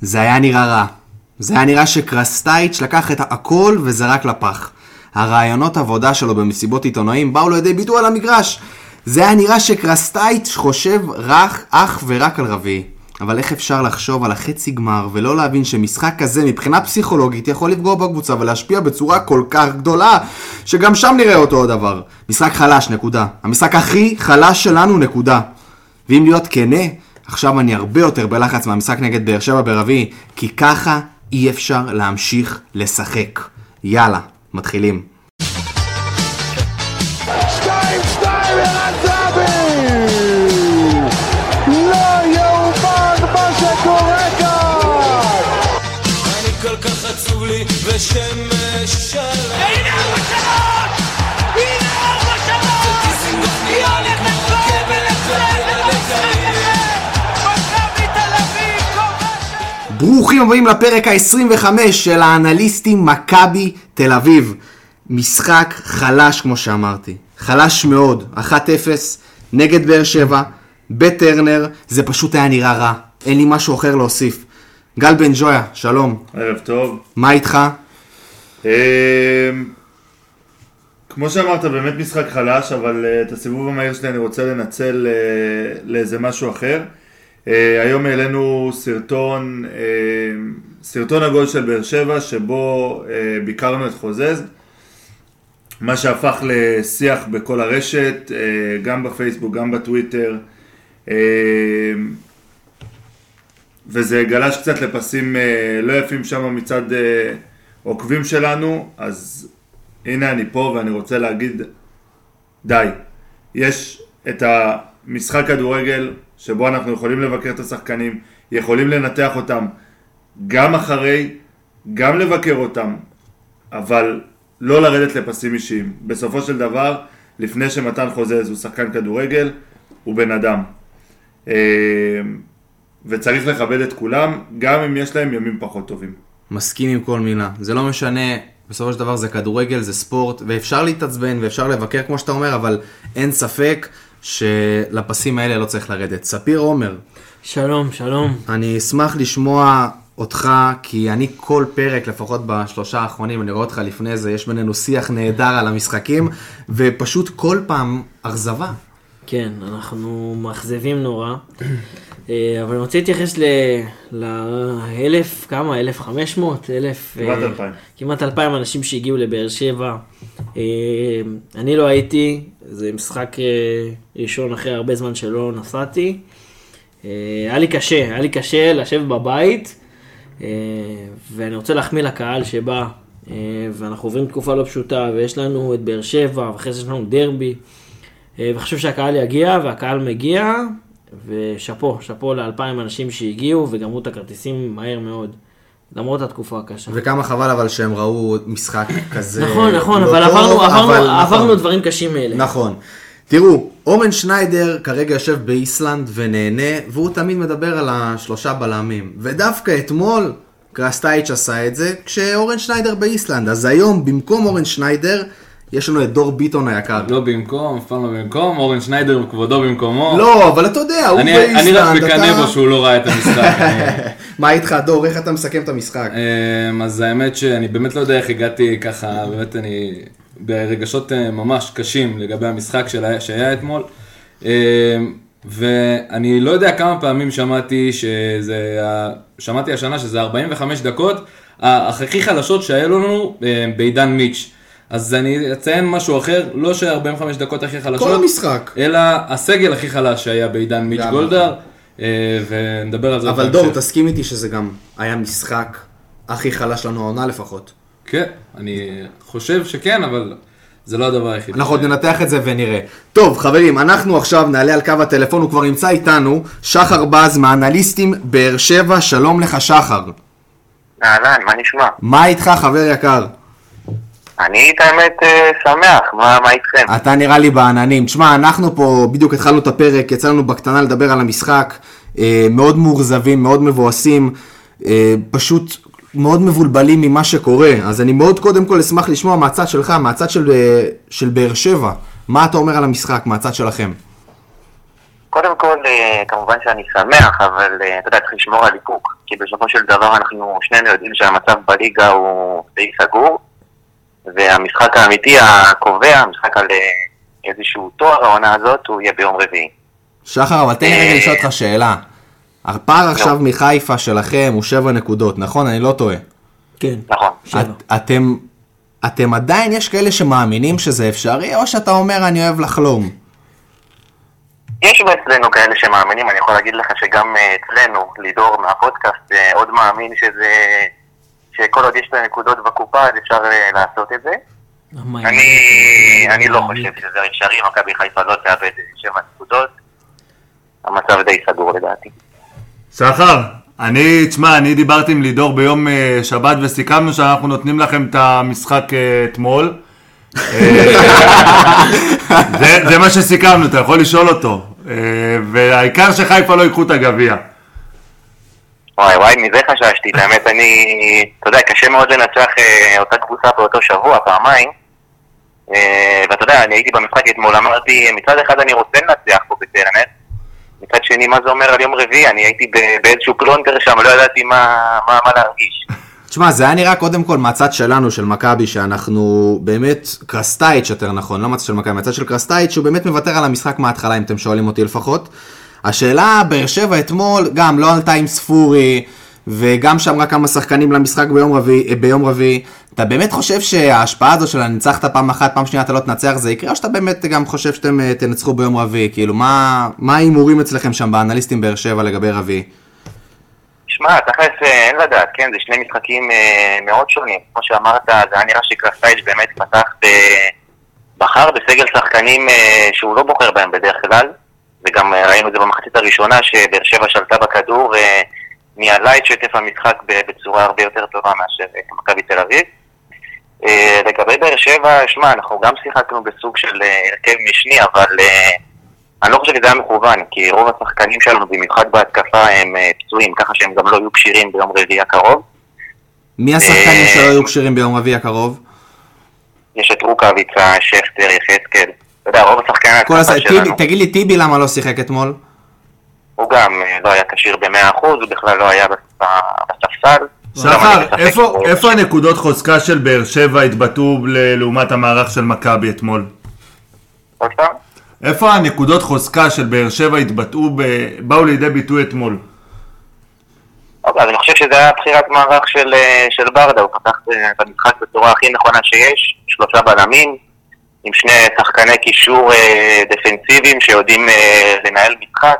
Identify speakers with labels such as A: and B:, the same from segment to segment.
A: זה היה נראה רע. זה היה נראה שקרסטייץ' לקח את הכל וזרק לפח. הרעיונות עבודה שלו במסיבות עיתונאים באו לידי ביטוי על המגרש. זה היה נראה שקרסטייץ' חושב רך אך ורק על רביעי. אבל איך אפשר לחשוב על החצי גמר ולא להבין שמשחק כזה מבחינה פסיכולוגית יכול לפגוע בקבוצה ולהשפיע בצורה כל כך גדולה שגם שם נראה אותו הדבר. משחק חלש, נקודה. המשחק הכי חלש שלנו, נקודה. ואם להיות כנה, עכשיו אני הרבה יותר בלחץ מהמשחק נגד באר שבע ברביעי, כי ככה אי אפשר להמשיך לשחק. יאללה, מתחילים.
B: שתיים, שתיים, ערן זהבי! לא יאומן מה שקורה כאן!
C: אני כל כך עצוב לי ושמש שלם
D: הנה ארבע שלוש! הנה ארבע שלוש! היא הולכת ואבן אצלנו במשחק הזה! מכבי תל אביב כובשת!
A: ברוכים הבאים לפרק ה-25 של האנליסטים מכבי תל אביב. משחק חלש כמו שאמרתי, חלש מאוד, 1-0, נגד באר שבע, בטרנר, זה פשוט היה נראה רע, אין לי משהו אחר להוסיף. גל בן ג'ויה, שלום,
E: ערב טוב.
A: מה איתך?
E: אמ, כמו שאמרת, באמת משחק חלש, אבל אה, את הסיבוב המהיר שלי אני רוצה לנצל אה, לאיזה משהו אחר. אה, היום העלינו סרטון, אה, סרטון הגול של באר שבע, שבו אה, ביקרנו את חוזז, מה שהפך לשיח בכל הרשת, אה, גם בפייסבוק, גם בטוויטר. אה, וזה גלש קצת לפסים אה, לא יפים שם מצד אה, עוקבים שלנו, אז הנה אני פה ואני רוצה להגיד די. יש את המשחק כדורגל שבו אנחנו יכולים לבקר את השחקנים, יכולים לנתח אותם גם אחרי, גם לבקר אותם, אבל לא לרדת לפסים אישיים. בסופו של דבר, לפני שמתן חוזז הוא שחקן כדורגל, הוא בן אדם. אה, וצריך לכבד את כולם, גם אם יש להם ימים פחות טובים.
A: מסכים עם כל מילה. זה לא משנה, בסופו של דבר זה כדורגל, זה ספורט, ואפשר להתעצבן ואפשר לבקר כמו שאתה אומר, אבל אין ספק שלפסים האלה לא צריך לרדת. ספיר עומר,
F: שלום, שלום.
A: אני אשמח לשמוע אותך, כי אני כל פרק, לפחות בשלושה האחרונים, אני רואה אותך לפני זה, יש בינינו שיח נהדר על המשחקים, ופשוט כל פעם אכזבה.
F: כן, אנחנו מאכזבים נורא. אה, אבל אני רוצה להתייחס לאלף, כמה? אלף חמש מאות? אלף...
E: כמעט
F: אה,
E: אלפיים.
F: כמעט אלפיים אנשים שהגיעו לבאר שבע. אה, אני לא הייתי, זה משחק אה, ראשון אחרי הרבה זמן שלא נסעתי. אה, היה לי קשה, היה לי קשה לשבת בבית, אה, ואני רוצה להחמיא לקהל שבא, אה, ואנחנו עוברים תקופה לא פשוטה, ויש לנו את באר שבע, ואחרי זה יש לנו דרבי, אה, וחשוב שהקהל יגיע, והקהל מגיע, ושאפו, שאפו לאלפיים אנשים שהגיעו, וגמרו את הכרטיסים מהר מאוד, למרות התקופה הקשה.
A: וכמה חבל אבל שהם ראו משחק כזה.
F: נכון, נכון,
A: לא
F: אבל
A: טוב,
F: עברנו-
A: אבל
F: עברנו
A: נכון.
F: עברנו דברים קשים מאלה.
A: נכון. תראו, אומן שניידר כרגע יושב באיסלנד ונהנה, והוא תמיד מדבר על השלושה בלמים. ודווקא אתמול קרסטייץ' עשה את זה, כשאורן שניידר באיסלנד. אז היום, במקום אורן שניידר, יש לנו את דור ביטון היקר.
G: לא במקום, אף פעם לא במקום, אורן שניידר כבודו במקומו.
A: לא, אבל אתה יודע, הוא
G: אני,
A: באיסלנד.
G: אני רק
A: אתה-
G: מקנא בו שהוא לא ראה את המשחק. אני-
A: מה איתך, דור? איך אתה מסכם את המשחק?
G: אמ, אז האמת שאני באמת לא יודע איך הגעתי ככה, באמת אני ברגשות אה, ממש קשים לגבי המשחק שלה- שהיה אתמול. אמ, ואני לא יודע כמה פעמים שמעתי שזה, ה- שמעתי השנה שזה 45 דקות, ה- הכי חלשות שהיו לנו אמ, בעידן מיץ'. אז אני אציין משהו אחר, לא ש-45 דקות הכי חלשות.
A: כל המשחק.
G: אלא הסגל הכי חלש שהיה בעידן מיץ'
A: גם. נכון.
G: גולדהר, אה, ונדבר על זה.
A: אבל
G: בהמשך.
A: דור, תסכים איתי שזה גם היה משחק הכי חלש לנו העונה לפחות.
G: כן, אני חושב שכן, אבל זה לא הדבר היחיד.
A: אנחנו עוד ננתח את זה ונראה. טוב, חברים, אנחנו עכשיו נעלה על קו הטלפון, הוא כבר נמצא איתנו, שחר בז מהאנליסטים באר שבע, שלום לך שחר.
H: אהלן, מה נשמע?
A: מה איתך חבר יקר?
H: אני את האמת אה, שמח, מה, מה איתכם?
A: אתה נראה לי בעננים. תשמע, אנחנו פה בדיוק התחלנו את הפרק, יצא לנו בקטנה לדבר על המשחק, אה, מאוד מאוכזבים, מאוד מבואסים, אה, פשוט מאוד מבולבלים ממה שקורה. אז אני מאוד קודם כל אשמח לשמוע מהצד שלך, מהצד של, אה, של באר שבע, מה אתה אומר על המשחק, מהצד שלכם.
H: קודם כל, אה, כמובן שאני שמח, אבל אה, אתה יודע, צריך לשמור על איפוק. כי בסופו של דבר אנחנו שנינו יודעים שהמצב בליגה הוא די סגור, והמשחק האמיתי הקובע, המשחק על אה, איזשהו תואר העונה הזאת, הוא יהיה ביום רביעי.
A: שחר, אבל תן לי רגע לשאול אותך שאלה. הפער עכשיו מחיפה שלכם הוא שבע נקודות, נכון? אני לא טועה.
F: כן.
H: נכון.
F: שבע.
A: את- אתם, אתם עדיין, יש כאלה שמאמינים שזה אפשרי, או שאתה אומר אני אוהב לחלום?
H: יש אצלנו כאלה שמאמינים, אני יכול להגיד לך שגם אה, אצלנו, לידור מהפודקאסט, אה, עוד מאמין שזה... שכל עוד יש את הנקודות בקופה, אז אפשר אה, לעשות את זה.
F: למה?
H: אני, אני לא חושב שזה אפשרי, מכבי חיפה לא תאבד שבע נקודות. המצב די סגור לדעתי.
E: שחר, אני, תשמע, אני דיברתי עם לידור ביום אה, שבת וסיכמנו שאנחנו נותנים לכם את המשחק אה, אתמול. אה, זה, זה מה שסיכמנו, אתה יכול לשאול אותו. אה, והעיקר שחיפה לא ייקחו את הגביע.
H: וואי וואי, מזה חששתי, באמת אני, אתה יודע, קשה מאוד לנצח אה, אותה קבוצה באותו שבוע, פעמיים. אה, ואתה יודע, אני הייתי במשחק אתמול, אמרתי, מצד אחד אני רוצה לנצח פה בטרנט, מצד שני, מה זה אומר על יום רביעי? אני הייתי ב- באיזשהו פלונטר שם, לא ידעתי מה, מה, מה להרגיש.
A: תשמע, זה היה נראה קודם כל מהצד שלנו, של מכבי, שאנחנו באמת, קרסטייץ' יותר נכון, לא מהצד של מכבי, מהצד של קרסטייץ', שהוא באמת מוותר על המשחק מההתחלה, אם אתם שואלים אותי לפחות. השאלה, באר שבע אתמול, גם לא עלתה עם ספורי, וגם שמרה כמה שחקנים למשחק ביום רביעי, אה, ביום רביעי. אתה באמת חושב שההשפעה הזו של הניצחת פעם אחת, פעם שנייה אתה לא תנצח, זה יקרה, או שאתה באמת גם חושב שאתם אה, תנצחו ביום רביעי? כאילו, מה מה ההימורים אצלכם שם, באנליסטים באר שבע לגבי רביעי?
H: שמע, תכלס אה, אין לדעת, כן, זה שני משחקים אה, מאוד שונים. כמו שאמרת, זה היה נראה שקרסטייץ' באמת פתח, ב... בחר בסגל שחקנים אה, שהוא לא בוחר בהם בדרך כלל, וגם אה, ראינו את זה במחצית הראשונה, שבאר שבע שלטה בכדור, אה, ניהלה את שטף המשחק ב- בצורה הרבה יותר טובה מאשר אה, מכבי תל אביב. אה, לגבי באר שבע, שמע, אנחנו גם שיחקנו בסוג של אה, הרכב משני, אבל... אה, אני לא חושב שזה היה מכוון, כי רוב השחקנים שלנו, במיוחד בהתקפה, הם אה, פצועים, ככה שהם גם לא יהיו כשירים ביום רביעי הקרוב.
A: מי השחקנים
H: אה,
A: שלא יהיו כשירים ביום רביעי הקרוב?
H: יש את רוקאביצה, שכטר, יחזקאל. אתה יודע, רוב השחקנים
A: כל הס...
H: ההתקפה
A: טיבי,
H: שלנו,
A: תגיד לי, טיבי למה לא שיחק אתמול?
H: הוא גם אה, לא היה כשיר ב-100%, הוא בכלל לא היה בס- בספסל. גם
E: שחר,
H: אני משחק
E: איפה,
H: בו.
E: איפה הנקודות חוזקה של באר שבע התבטאו ל- לעומת המערך של מכבי אתמול?
H: עוד פעם?
E: איפה הנקודות חוזקה של באר שבע התבטאו, ב... באו לידי ביטוי אתמול?
H: אוקיי, אז אני חושב שזה היה בחירת מערך של, אה, של ברדה, הוא פתח אה, את המשחק בצורה הכי נכונה שיש, שלושה בלמים, עם שני שחקני קישור אה, דפנסיביים שיודעים אה, לנהל משחק,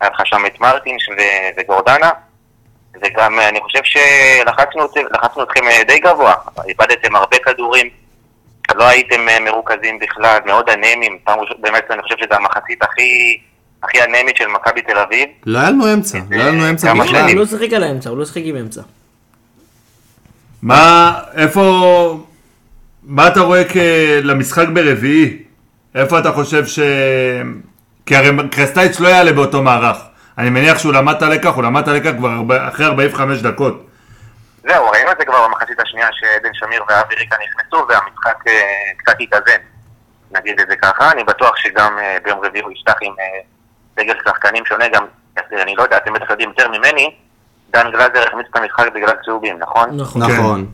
H: היה לך שם את מרטינש ו- וגורדנה, וגם אה, אני חושב שלחצנו את- לחצנו אתכם אה, די גבוה, איבדתם הרבה כדורים, לא הייתם אה, מרוכזים בכלל, מאוד אנמיים, פעם ראשונה, באמת אני חושב שזו המחצית הכי, הכי אנמית של מכבי תל אביב.
A: לא היה לנו אמצע, לא היה לנו אמצע
H: כמה
A: בכלל.
F: הוא
H: שנים.
F: לא שיחק על האמצע, הוא לא שיחק עם אמצע.
E: מה, איפה, מה אתה רואה כ... למשחק ברביעי? איפה אתה חושב ש... כי הרי קרסטייץ' לא יעלה באותו מערך. אני מניח שהוא למד את הלקח, הוא למד את הלקח כבר הרבה, אחרי 45 דקות.
H: זהו, ראינו את זה כבר במחצית השנייה שעדן שמיר ואבי ריקה נכנסו והמשחק אה, קצת התאזן, נגיד את זה ככה. אני בטוח שגם אה, ביום רביעי הוא יפתח עם אה, סגל שחקנים שונה, גם, אני לא יודע, אתם בטח יודעים יותר ממני, דן גלזר הכניס את המשחק בגלל צהובים, נכון?
F: נכון.
A: נכון.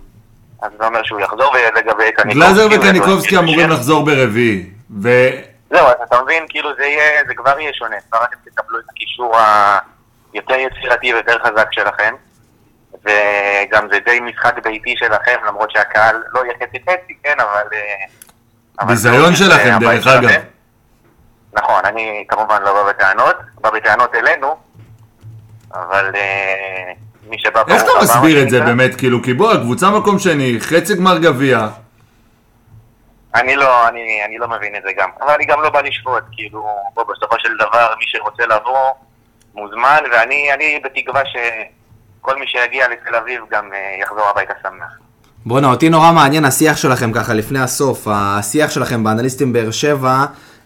H: אז זה אומר שהוא יחזור, ולגבי קניקובסקי...
E: גלאזר
H: הוא
E: וקניקובסקי
H: יחזור.
E: אמורים לחזור ברביעי. ו...
H: זהו, אז אתה מבין, כאילו זה יהיה, זה כבר יהיה שונה, כבר אתם תקבלו את הקישור היותר יצירתי ויותר חזק שלכם, וגם זה די משחק ביתי שלכם, למרות שהקהל לא יהיה חצי חצי, כן, אבל... אה, אבל
E: ביזיון
H: זה
E: שלכם,
H: הבית
E: דרך אגב.
H: שלכם. נכון, אני כמובן לא בא בטענות, בא בטענות אלינו, אבל אה, מי שבא...
E: איך
H: ברוך
E: אתה
H: הבא, מה
E: מסביר את זה
H: שנקרא.
E: באמת? כאילו, כי בוא, הקבוצה מקום שני, חצי גמר גביע.
H: אני לא, אני, אני לא מבין את זה גם. אבל אני גם לא בא לשפוט, כאילו, בוא, בסופו של דבר, מי שרוצה לבוא, מוזמן, ואני אני בתקווה שכל מי שיגיע לתל אביב גם אה, יחזור הביתה שמח.
A: בואנה, אותי נורא מעניין השיח שלכם ככה לפני הסוף, השיח שלכם באנליסטים באר שבע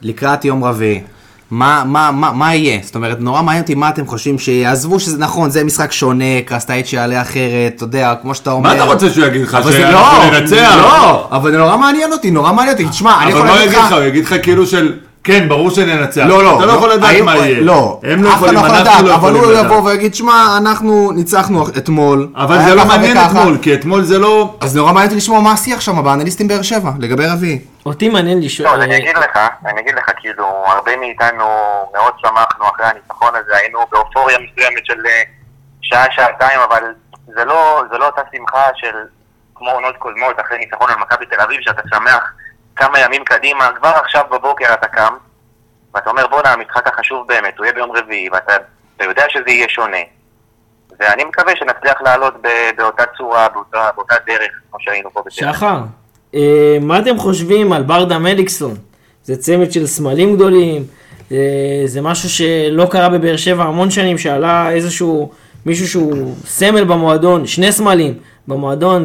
A: לקראת יום רביעי. מה, מה, מה, מה יהיה? זאת אומרת, נורא מעניין אותי מה אתם חושבים שיהיה. עזבו שזה נכון, זה משחק שונה, קרסטייט שיעלה אחרת, אתה יודע, כמו שאתה אומר.
G: מה אתה רוצה שהוא יגיד לך?
A: אבל זה
G: שאנחנו
A: לא,
G: ננצח?
A: לא, אבל זה נורא מעניין אותי, נורא מעניין אותי. תשמע, אני
G: אבל
A: יכול
G: מה הוא
A: להגיד
G: יגיד לך?
A: לך...
G: הוא יגיד לך כאילו של...
E: כן, ברור שננצח.
A: לא, לא.
E: אתה לא יכול לדעת
A: האם-
E: מה יהיה.
A: לא.
E: הם לא
A: אף אחד
E: יכולים,
A: יכול
E: אנחנו
A: לדעת,
E: לא
A: אבל
E: יכולים
A: הוא
E: לדעת.
A: יבוא ויגיד, שמע, אנחנו ניצחנו אתמול.
E: אבל
A: היה
E: זה לא
A: ככה
E: מעניין
A: וככה."
E: אתמול, כי אתמול זה לא...
A: אז נורא מעניין אותי לשמוע מה השיח שם באנליסטים באר שבע, לגבי רביעי.
F: אותי מעניין לשאול,
H: לא, אז אני אגיד לך, אני אגיד לך, כאילו, הרבה מאיתנו מאוד שמחנו אחרי הניצחון הזה, היינו באופוריה מסוימת של אה, שעה, שעתיים, אבל זה לא, זה לא אותה שמחה של כמו עונות קודמות אחרי ניצחון על מכבי תל אביב, שאתה שמח כמה ימים קדימה, כבר עכשיו בבוקר אתה קם, ואתה אומר, בואנה, המשחק החשוב באמת, הוא יהיה ביום רביעי, ואתה אתה יודע שזה יהיה שונה. ואני מקווה שנצליח לעלות ב- באותה צורה, באותה, באותה דרך, כמו שהיינו פה בטרנר.
F: שחר, אה, מה אתם חושבים על ברדה מליקסון? זה צמד של סמלים גדולים, אה, זה משהו שלא קרה בבאר שבע המון שנים, שעלה איזשהו מישהו שהוא סמל במועדון, שני סמלים במועדון,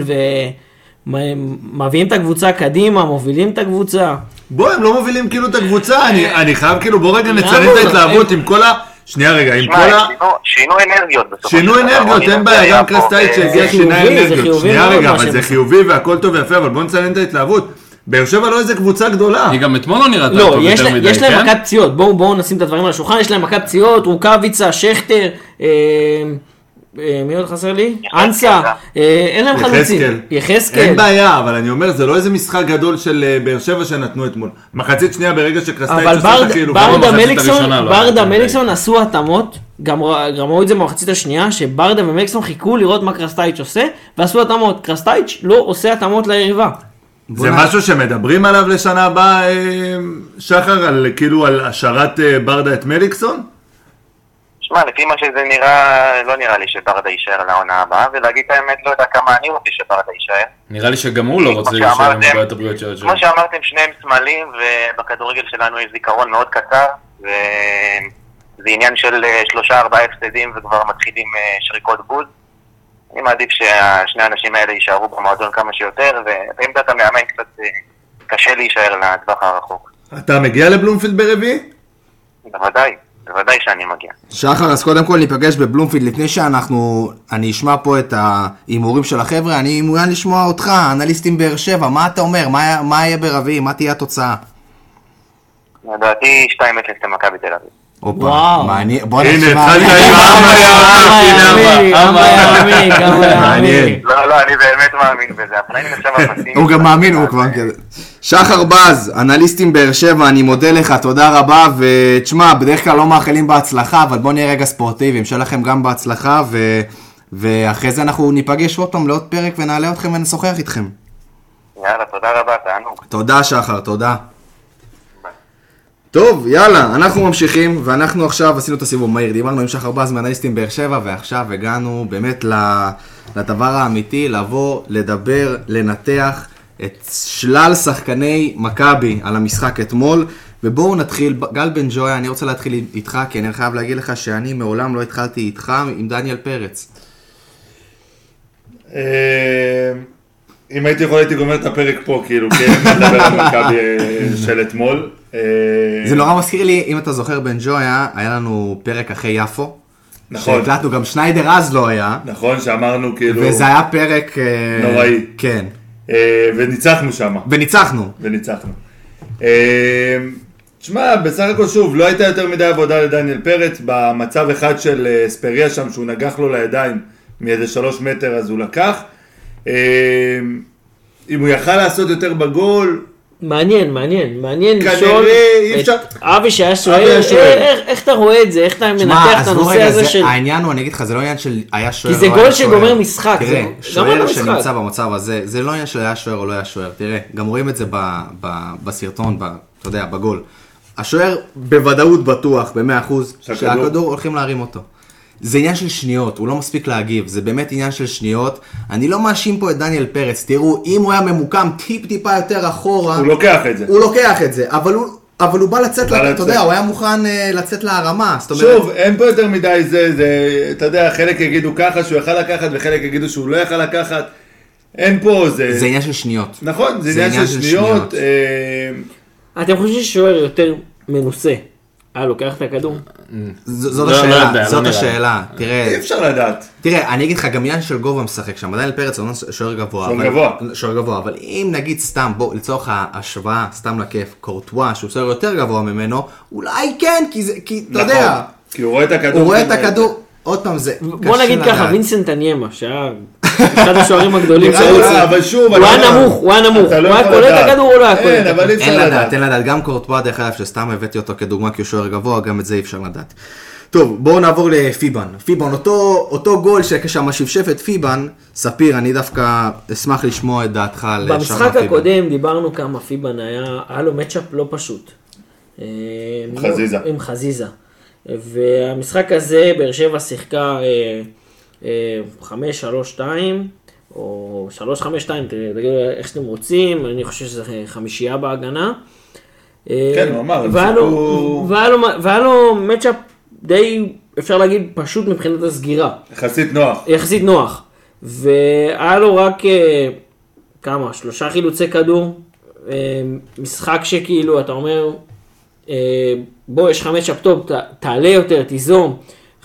F: ומביאים את הקבוצה קדימה, מובילים את הקבוצה.
E: בוא, הם לא מובילים כאילו את
H: אה,
E: הקבוצה, אני- אני חייב כאילו, בוא רגע
F: למה?
E: נצלם את ההתלהבות עם כל ה... שנייה רגע, עם
H: לא- שמע,
E: כל ה...
H: הם שינו- שינו אנרגיות בסופו של
E: שינו
H: דבר.
E: אנרגיות,
H: אני
E: אין
H: יודע,
E: בעיה,
H: היה
E: גם
H: פה,
E: קרסטייץ'
H: אה,
E: שהגיע
F: חיובי,
E: שינה
F: זה
E: אנרגיות.
F: חיובי
E: שנייה
F: מאוד
E: רגע,
F: מה
E: אבל
F: שהם
E: זה
F: עשו.
E: חיובי והכל טוב ויפה, אבל בוא נציין את ההתלהבות. באר שבע לא איזה קבוצה גדולה.
G: היא גם אתמול לא נראתה
F: לא,
G: טוב
F: יש,
G: יותר
F: לה,
G: מדי,
F: יש להם
G: כן?
F: מכת פציעות, בואו בואו נשים את הדברים על השולחן, יש להם מכת פציעות, רוקאביצה, שכטר, אה, אה, מי עוד חסר לי? אנסה, אה, אין להם חלוצים, יחזקאל,
E: אין בעיה, אבל אני אומר, זה לא איזה משחק גדול של אה, באר שבע שנתנו אתמול. מחצית שנייה ברגע שקרסטייץ'
F: אבל
E: עושה את
F: ברד-
E: הכאילו...
F: ברדה
G: במחצית
F: מליקסון,
G: הראשונה לא היה
F: ברדה
G: יותר מדי.
F: מליקסון עשו התאמות, גם ר- גם ראו את זה במחצית השנייה, שברדה ומליקסון חיכו לראות מה קרסטייץ' עושה, ועשו התאמות, קרסטייץ' לא עושה התאמות ליריבה.
E: זה משהו שמדברים עליו לשנה הבאה, אה, שחר, על כאילו על השארת אה, ברדה את מליקסון?
H: שמע, לפי מה שזה נראה, לא נראה לי שברדה יישאר לעונה הבאה, ולהגיד את האמת, לא יודע כמה אני רוצה שברדה יישאר.
G: נראה לי שגם הוא לא רוצה
H: כמו
G: להישאר עם
H: שאמרתם-
G: הבעיות הבריאות של
H: כמו שאמרתם, שניהם סמלים, ובכדורגל שלנו יש זיכרון מאוד קצר, וזה עניין של אה, שלושה, ארבעה הפסדים, וכבר מתחילים אה, שריקות בוז. אני מעדיף ששני האנשים האלה יישארו במועדון כמה שיותר, ועמדת המאמן קצת אה, קשה להישאר לטווח הרחוק.
E: אתה מגיע לבלומפילד ברביעי?
H: בוודאי, בוודאי שאני מגיע.
A: שחר, אז קודם כל ניפגש בבלומפילד לפני שאנחנו... אני אשמע פה את ההימורים של החבר'ה, אני מעוניין לשמוע אותך, אנליסטים באר שבע, מה אתה אומר? מה- מה יהיה ברביעי? מה תהיה התוצאה?
H: לדעתי 2-0 למכבי תל אביב.
A: הופה,
F: וואו.
A: מעניין, בוא
E: הנה,
A: נשמע.
E: התחלת עם העם
G: אה,
F: יאמין,
G: אבא,
F: אבא יאמין, אבא יאמין.
A: מעניין.
H: לא, לא, אני באמת מאמין בזה, אבל אני נחשב הפסימי.
A: הוא גם מאמין, הוא כבר כזה. שחר בז, אנליסטים באר שבע, אני מודה לך, תודה רבה, ותשמע, בדרך כלל לא מאחלים בהצלחה, אבל בואו נהיה רגע ספורטיביים, שיהיה לכם גם בהצלחה, ו... ואחרי זה אנחנו ניפגש עוד פעם לעוד פרק ונעלה אתכם ונשוחח איתכם.
H: יאללה, תודה רבה, תענוג.
A: תודה שחר, תודה. טוב, יאללה, אנחנו ממשיכים, ואנחנו עכשיו עשינו את הסיבוב מהיר, דיברנו עם שחר בז מאנליסטים באר שבע, ועכשיו הגענו באמת ל- לדבר האמיתי, לבוא, לדבר, לנתח את שלל שחקני מכבי על המשחק אתמול, ובואו נתחיל, גל בן ג'ויה, אני רוצה להתחיל איתך, כי אני חייב להגיד לך שאני מעולם לא התחלתי איתך עם דניאל פרץ.
E: אה, אם הייתי יכול הייתי גומר את הפרק פה, כאילו, כי אין מה לדבר על מכבי אה, של אתמול. אה,
A: זה לא- נורא מזכיר לי, אם אתה זוכר, בן ג'ויה, היה לנו פרק אחרי יפו.
E: נכון.
A: שהקלטנו, גם שניידר אז לא היה.
E: נכון, שאמרנו כאילו,
A: וזה היה פרק... אה,
E: נוראי.
A: כן.
E: אה, וניצחנו שם,
A: וניצחנו.
E: וניצחנו. אה, תשמע, בסך הכל שוב, לא הייתה יותר מדי עבודה לדניאל פרץ, במצב אחד של אה, אספריה שם, שהוא נגח לו לידיים מאיזה שלוש מטר, אז הוא לקח. אה, אם הוא יכל לעשות יותר בגול,
F: מעניין, מעניין, מעניין
E: כנראה
F: לשאול
E: אי
F: את
E: אפשר-
F: אבי שהיה
E: היה
F: שואל,
E: שואל.
F: "אה, איך- איך אתה רואה את זה, איך אתה מנתח את הנושא הזה של...
A: העניין הוא, אני אגיד לך, זה לא עניין של היה שוער
F: כי זה
A: או לא היה
F: גול
A: שוער.
F: שגומר משחק, זה
A: תראה,
F: גומר
A: שוער
F: משחק.
A: שנמצא במצב הזה, זה לא עניין של היה שוער או לא היה שוער. תראה, גם רואים את זה ב- ב- בסרטון, ב- אתה יודע, בגול. השוער בוודאות בטוח, ב-100%,
E: שהכדור-
A: שהכדור הולכים להרים אותו. זה עניין של שניות, הוא לא מספיק להגיב, זה באמת עניין של שניות. אני לא מאשים פה את דניאל פרץ, תראו, אם הוא היה ממוקם טיפ-טיפה יותר אחורה...
E: הוא לוקח את זה.
A: הוא לוקח את זה, אבל הוא, אבל הוא בא לצאת,
E: בא
A: לה,
E: לצאת.
A: אתה יודע, הוא היה מוכן אה, לצאת להרמה, זאת אומרת,
E: שוב, אין פה יותר מדי זה, זה, אתה יודע, חלק יגידו ככה שהוא יכל לקחת וחלק יגידו שהוא לא יכל לקחת. אין פה זה.
A: זה עניין של שניות.
E: נכון, זה
A: זה
E: עניין של אמ,
A: עניין של
E: שניות.
A: שניות.
E: אה,
F: אתם חושבים ששוער יותר מנוסה אה, לוקח את הכדור?
A: ז- זאת
G: לא, לא
A: השאלה,
G: יודע, לא
A: זאת
G: נראה לי.
A: השאלה,
E: אה. אי
A: תראה,
E: אפשר לדעת.
A: תראה, אני אגיד לך, גם יאן של גובה משחק שם, עדיין פרץ הוא שוער גבוה.
E: שוער
A: אבל-
E: גבוה.
A: שוער גבוה, אבל אם נגיד סתם, בוא, לצורך ההשוואה, סתם לכיף, קורטואה, שהוא שוער יותר גבוה ממנו, אולי כן, כי זה, כי אתה יודע,
E: נכון. כי הוא רואה את הכדור.
A: הוא רואה את
E: ומנהל.
A: הכדור, עוד פעם זה,
F: בוא
A: קשה
F: נגיד ככה,
A: לדעת.
F: וינסנט אניימה, שהיה אחד השוערים הגדולים
A: נראה
F: שהיו
A: לי
F: אצלי.
E: לא, אבל שוב,
F: הוא
E: אני
F: היה
E: אומר,
F: נמוך, הוא היה נמוך.
E: אתה לא
F: הוא היה
E: יכול
F: קולט את
E: לדעת.
F: הכדור, הוא לא היה קולט.
E: אין, אבל אי
A: אין
E: אפשר
A: לדעת,
E: לדעת.
A: אין לדעת. גם קורטואה, דרך אגב, שסתם הבאתי אותו כדוגמה כי הוא שוער גבוה, גם את זה אי אפשר לדעת. טוב, בואו נעבור לפיבן. פיבן, אותו, אותו גול ששם השפשפת פיבן, ספיר, אני דווקא אשמח לשמוע את דעתך על שמה
F: במשחק
A: פיבן.
F: הקודם דיברנו כמה פיבן היה, היה לו מצ'אפ לא פשוט. אה, לא-
E: חזיזה.
F: עם חזיזה. והמשחק הזה, באר שבע שיחקה אה, אה, 5-3-2, או 3-5-2, תגידו איך שאתם רוצים, אני חושב שזה חמישייה בהגנה. אה,
E: כן, הוא אמר, הם
F: והיה לו-
E: שיחקו-
F: והיה לו- והיה לו מצ'אפ די, אפשר להגיד, פשוט מבחינת הסגירה.
E: יחסית נוח.
F: יחסית נוח. והיה לו רק אה, כמה, שלושה חילוצי כדור, אה, משחק שכאילו, אתה אומר, אה, בוא, יש לך מצ'אפ טוב, ת- תעלה יותר, תיזום.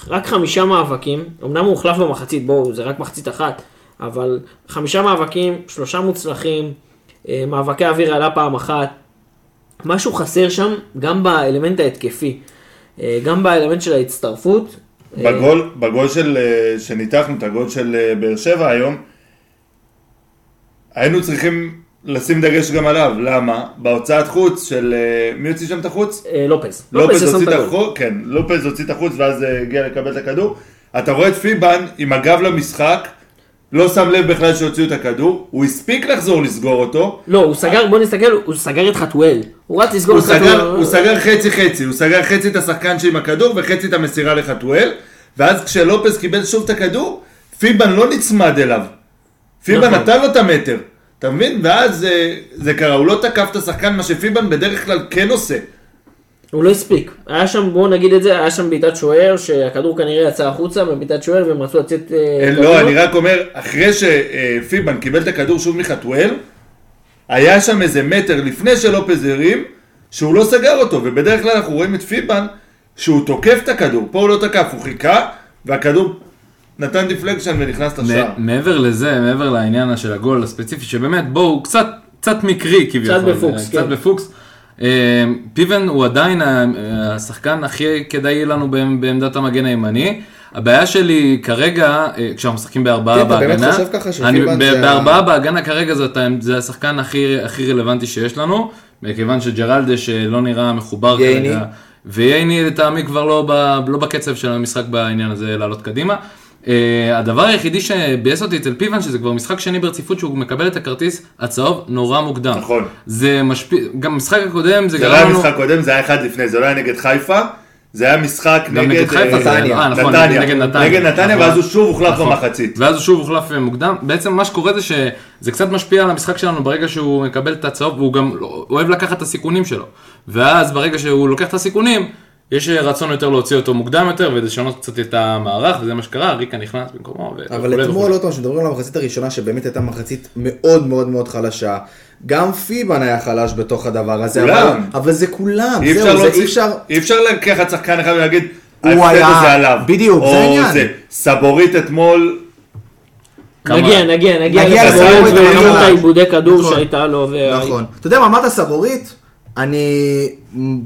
F: רק חמישה מאבקים, אמנם הוא הוחלף במחצית, בואו, זה רק מחצית אחת, אבל חמישה מאבקים, שלושה מוצלחים, אה, מאבקי אוויר עלה פעם אחת. משהו חסר שם, גם באלמנט ההתקפי, אה, גם באלמנט של ההצטרפות. אה,
E: בגול, בגול של, אה, שניתחנו, את הגול של אה, באר שבע היום, היינו צריכים לשים דגש גם עליו. למה? בהוצאת חוץ של... אה, מי הוציא שם את החוץ?
F: אה, לופז.
E: לופז
F: ששם
E: הוציא את
F: הגול.
E: החוץ, כן, לופז הוציא את החוץ ואז אה, הגיע לקבל את הכדור. אתה רואה את פיבן עם הגב למשחק, לא שם לב בכלל שהוציאו את הכדור, הוא הספיק לחזור לסגור אותו,
F: לא, הוא סגר, בוא נסתכל, הוא סגר את חתואל. הוא רץ לסגור
E: הוא
F: את
E: סגר,
F: חתואל.
E: הוא סגר חצי חצי, הוא סגר חצי את השחקן שעם הכדור וחצי את המסירה לחתואל, ואז כשלופז קיבל שוב את הכדור, פיבן לא נצמד אליו. פיבן
F: נכון.
E: נתן לו את המטר, אתה מבין? ואז אה, זה קרה, הוא לא תקף את השחקן, מה שפיבן בדרך כלל כן עושה.
F: הוא לא הספיק. היה שם, בואו נגיד את זה, היה שם בעיטת שוער, שהכדור כנראה יצא החוצה, ובעיטת שוער, והם רצו לצאת... אה,
E: אה,
F: קדימה.
E: לא, אני רק אומר, אחרי שפיבן קיבל את הכדור שוב מחתואל, היה שם איזה מטר לפני שלופז הרים, שהוא לא סגר אותו, ובדרך כלל אנחנו רואים את פיבן, שהוא תוקף את הכדור, פה הוא לא תקף, הוא חיכה, והכדור נתן דיפלקשן ונכנס לשער.
G: מ- מעבר לזה, מעבר לעניין של הגול הספציפי, שבאמת, בואו, הוא קצת, קצת מקרי כביכול.
F: קצת בפוקס,
G: אה, קצת
F: כן.
G: בפוקס. אה, פיבן הוא עדיין ה- אה, השחקן הכי כדאי לנו בעמ- בעמדת המגן הימני. הבעיה שלי כרגע, אה, כשאנחנו משחקים בארבעה
A: כן, אתה באמת
G: בהגנה,
A: חושב ככה שפיבן
G: אני-
A: זה
G: ב-
A: ה-
G: בארבעה בהגנה כרגע זאת ה- זה השחקן הכי הכי רלוונטי שיש לנו, מכיוון שג'רלדה שלא נראה מחובר
A: ייני.
G: כרגע. וייני לטעמי כבר לא, ב, לא בקצב של המשחק בעניין הזה לעלות קדימה. Uh, הדבר היחידי שביאס אותי אצל פיבן, שזה כבר משחק שני ברציפות שהוא מקבל את הכרטיס הצהוב נורא מוקדם.
E: נכון.
G: זה משפיע, גם המשחק הקודם זה
E: זה לא היה
G: גרם לנו...
E: משחק קודם, זה היה אחד לפני, זה לא היה נגד חיפה, זה היה משחק
G: גם לא, נגד
E: נגד
G: חיפה, זה היה-
E: אה,
G: אה, נכון, נגד נתניה.
E: נגד נתניה,
G: נכון.
E: ואז הוא שוב הוחלף
G: נכון.
E: במחצית.
G: ואז הוא שוב הוחלף אה, מוקדם. בעצם מה שקורה זה שזה קצת משפיע על המשחק שלנו ברגע שהוא מקבל את הצהוב, והוא גם לא- אוהב לקחת את הסיכונים שלו. ואז ברגע שהוא לוקח את הסיכונים, יש אה, רצון יותר להוציא אותו מוקדם יותר ולשנות קצת את המערך, וזה מה שקרה, ריקה נכנס במקומו. ו-
A: אבל
G: וכולי
A: אתמול,
G: וכולי.
A: עוד פעם, כשמדברים על המחצית הראשונה, שבאמת הייתה מחצית מאוד מאוד מאוד חלשה, גם פיבן היה חלש בתוך הדבר הזה,
E: כולם.
A: אבל- אבל זה כולם,
E: אי אפשר
A: זהו, זה אי
E: להוציא,
A: אפשר...
E: אי אפשר לקחת שחקן אחד ולהגיד,
A: הוא
E: ההפסד
A: היה-
E: הזה עליו.
A: בדיוק, זה
E: או
A: העניין.
E: סבורית אתמול,
G: כמה-
F: נגיע, נגיע, נגיע.
A: נגיע
F: לזה.
A: לזה,
F: זה
A: בדיוק.
F: כמות העיבודי כדור
A: נכון.
F: שהייתה לו. וה-
A: נכון. אתה יודע מה, אמרת סבורית? אני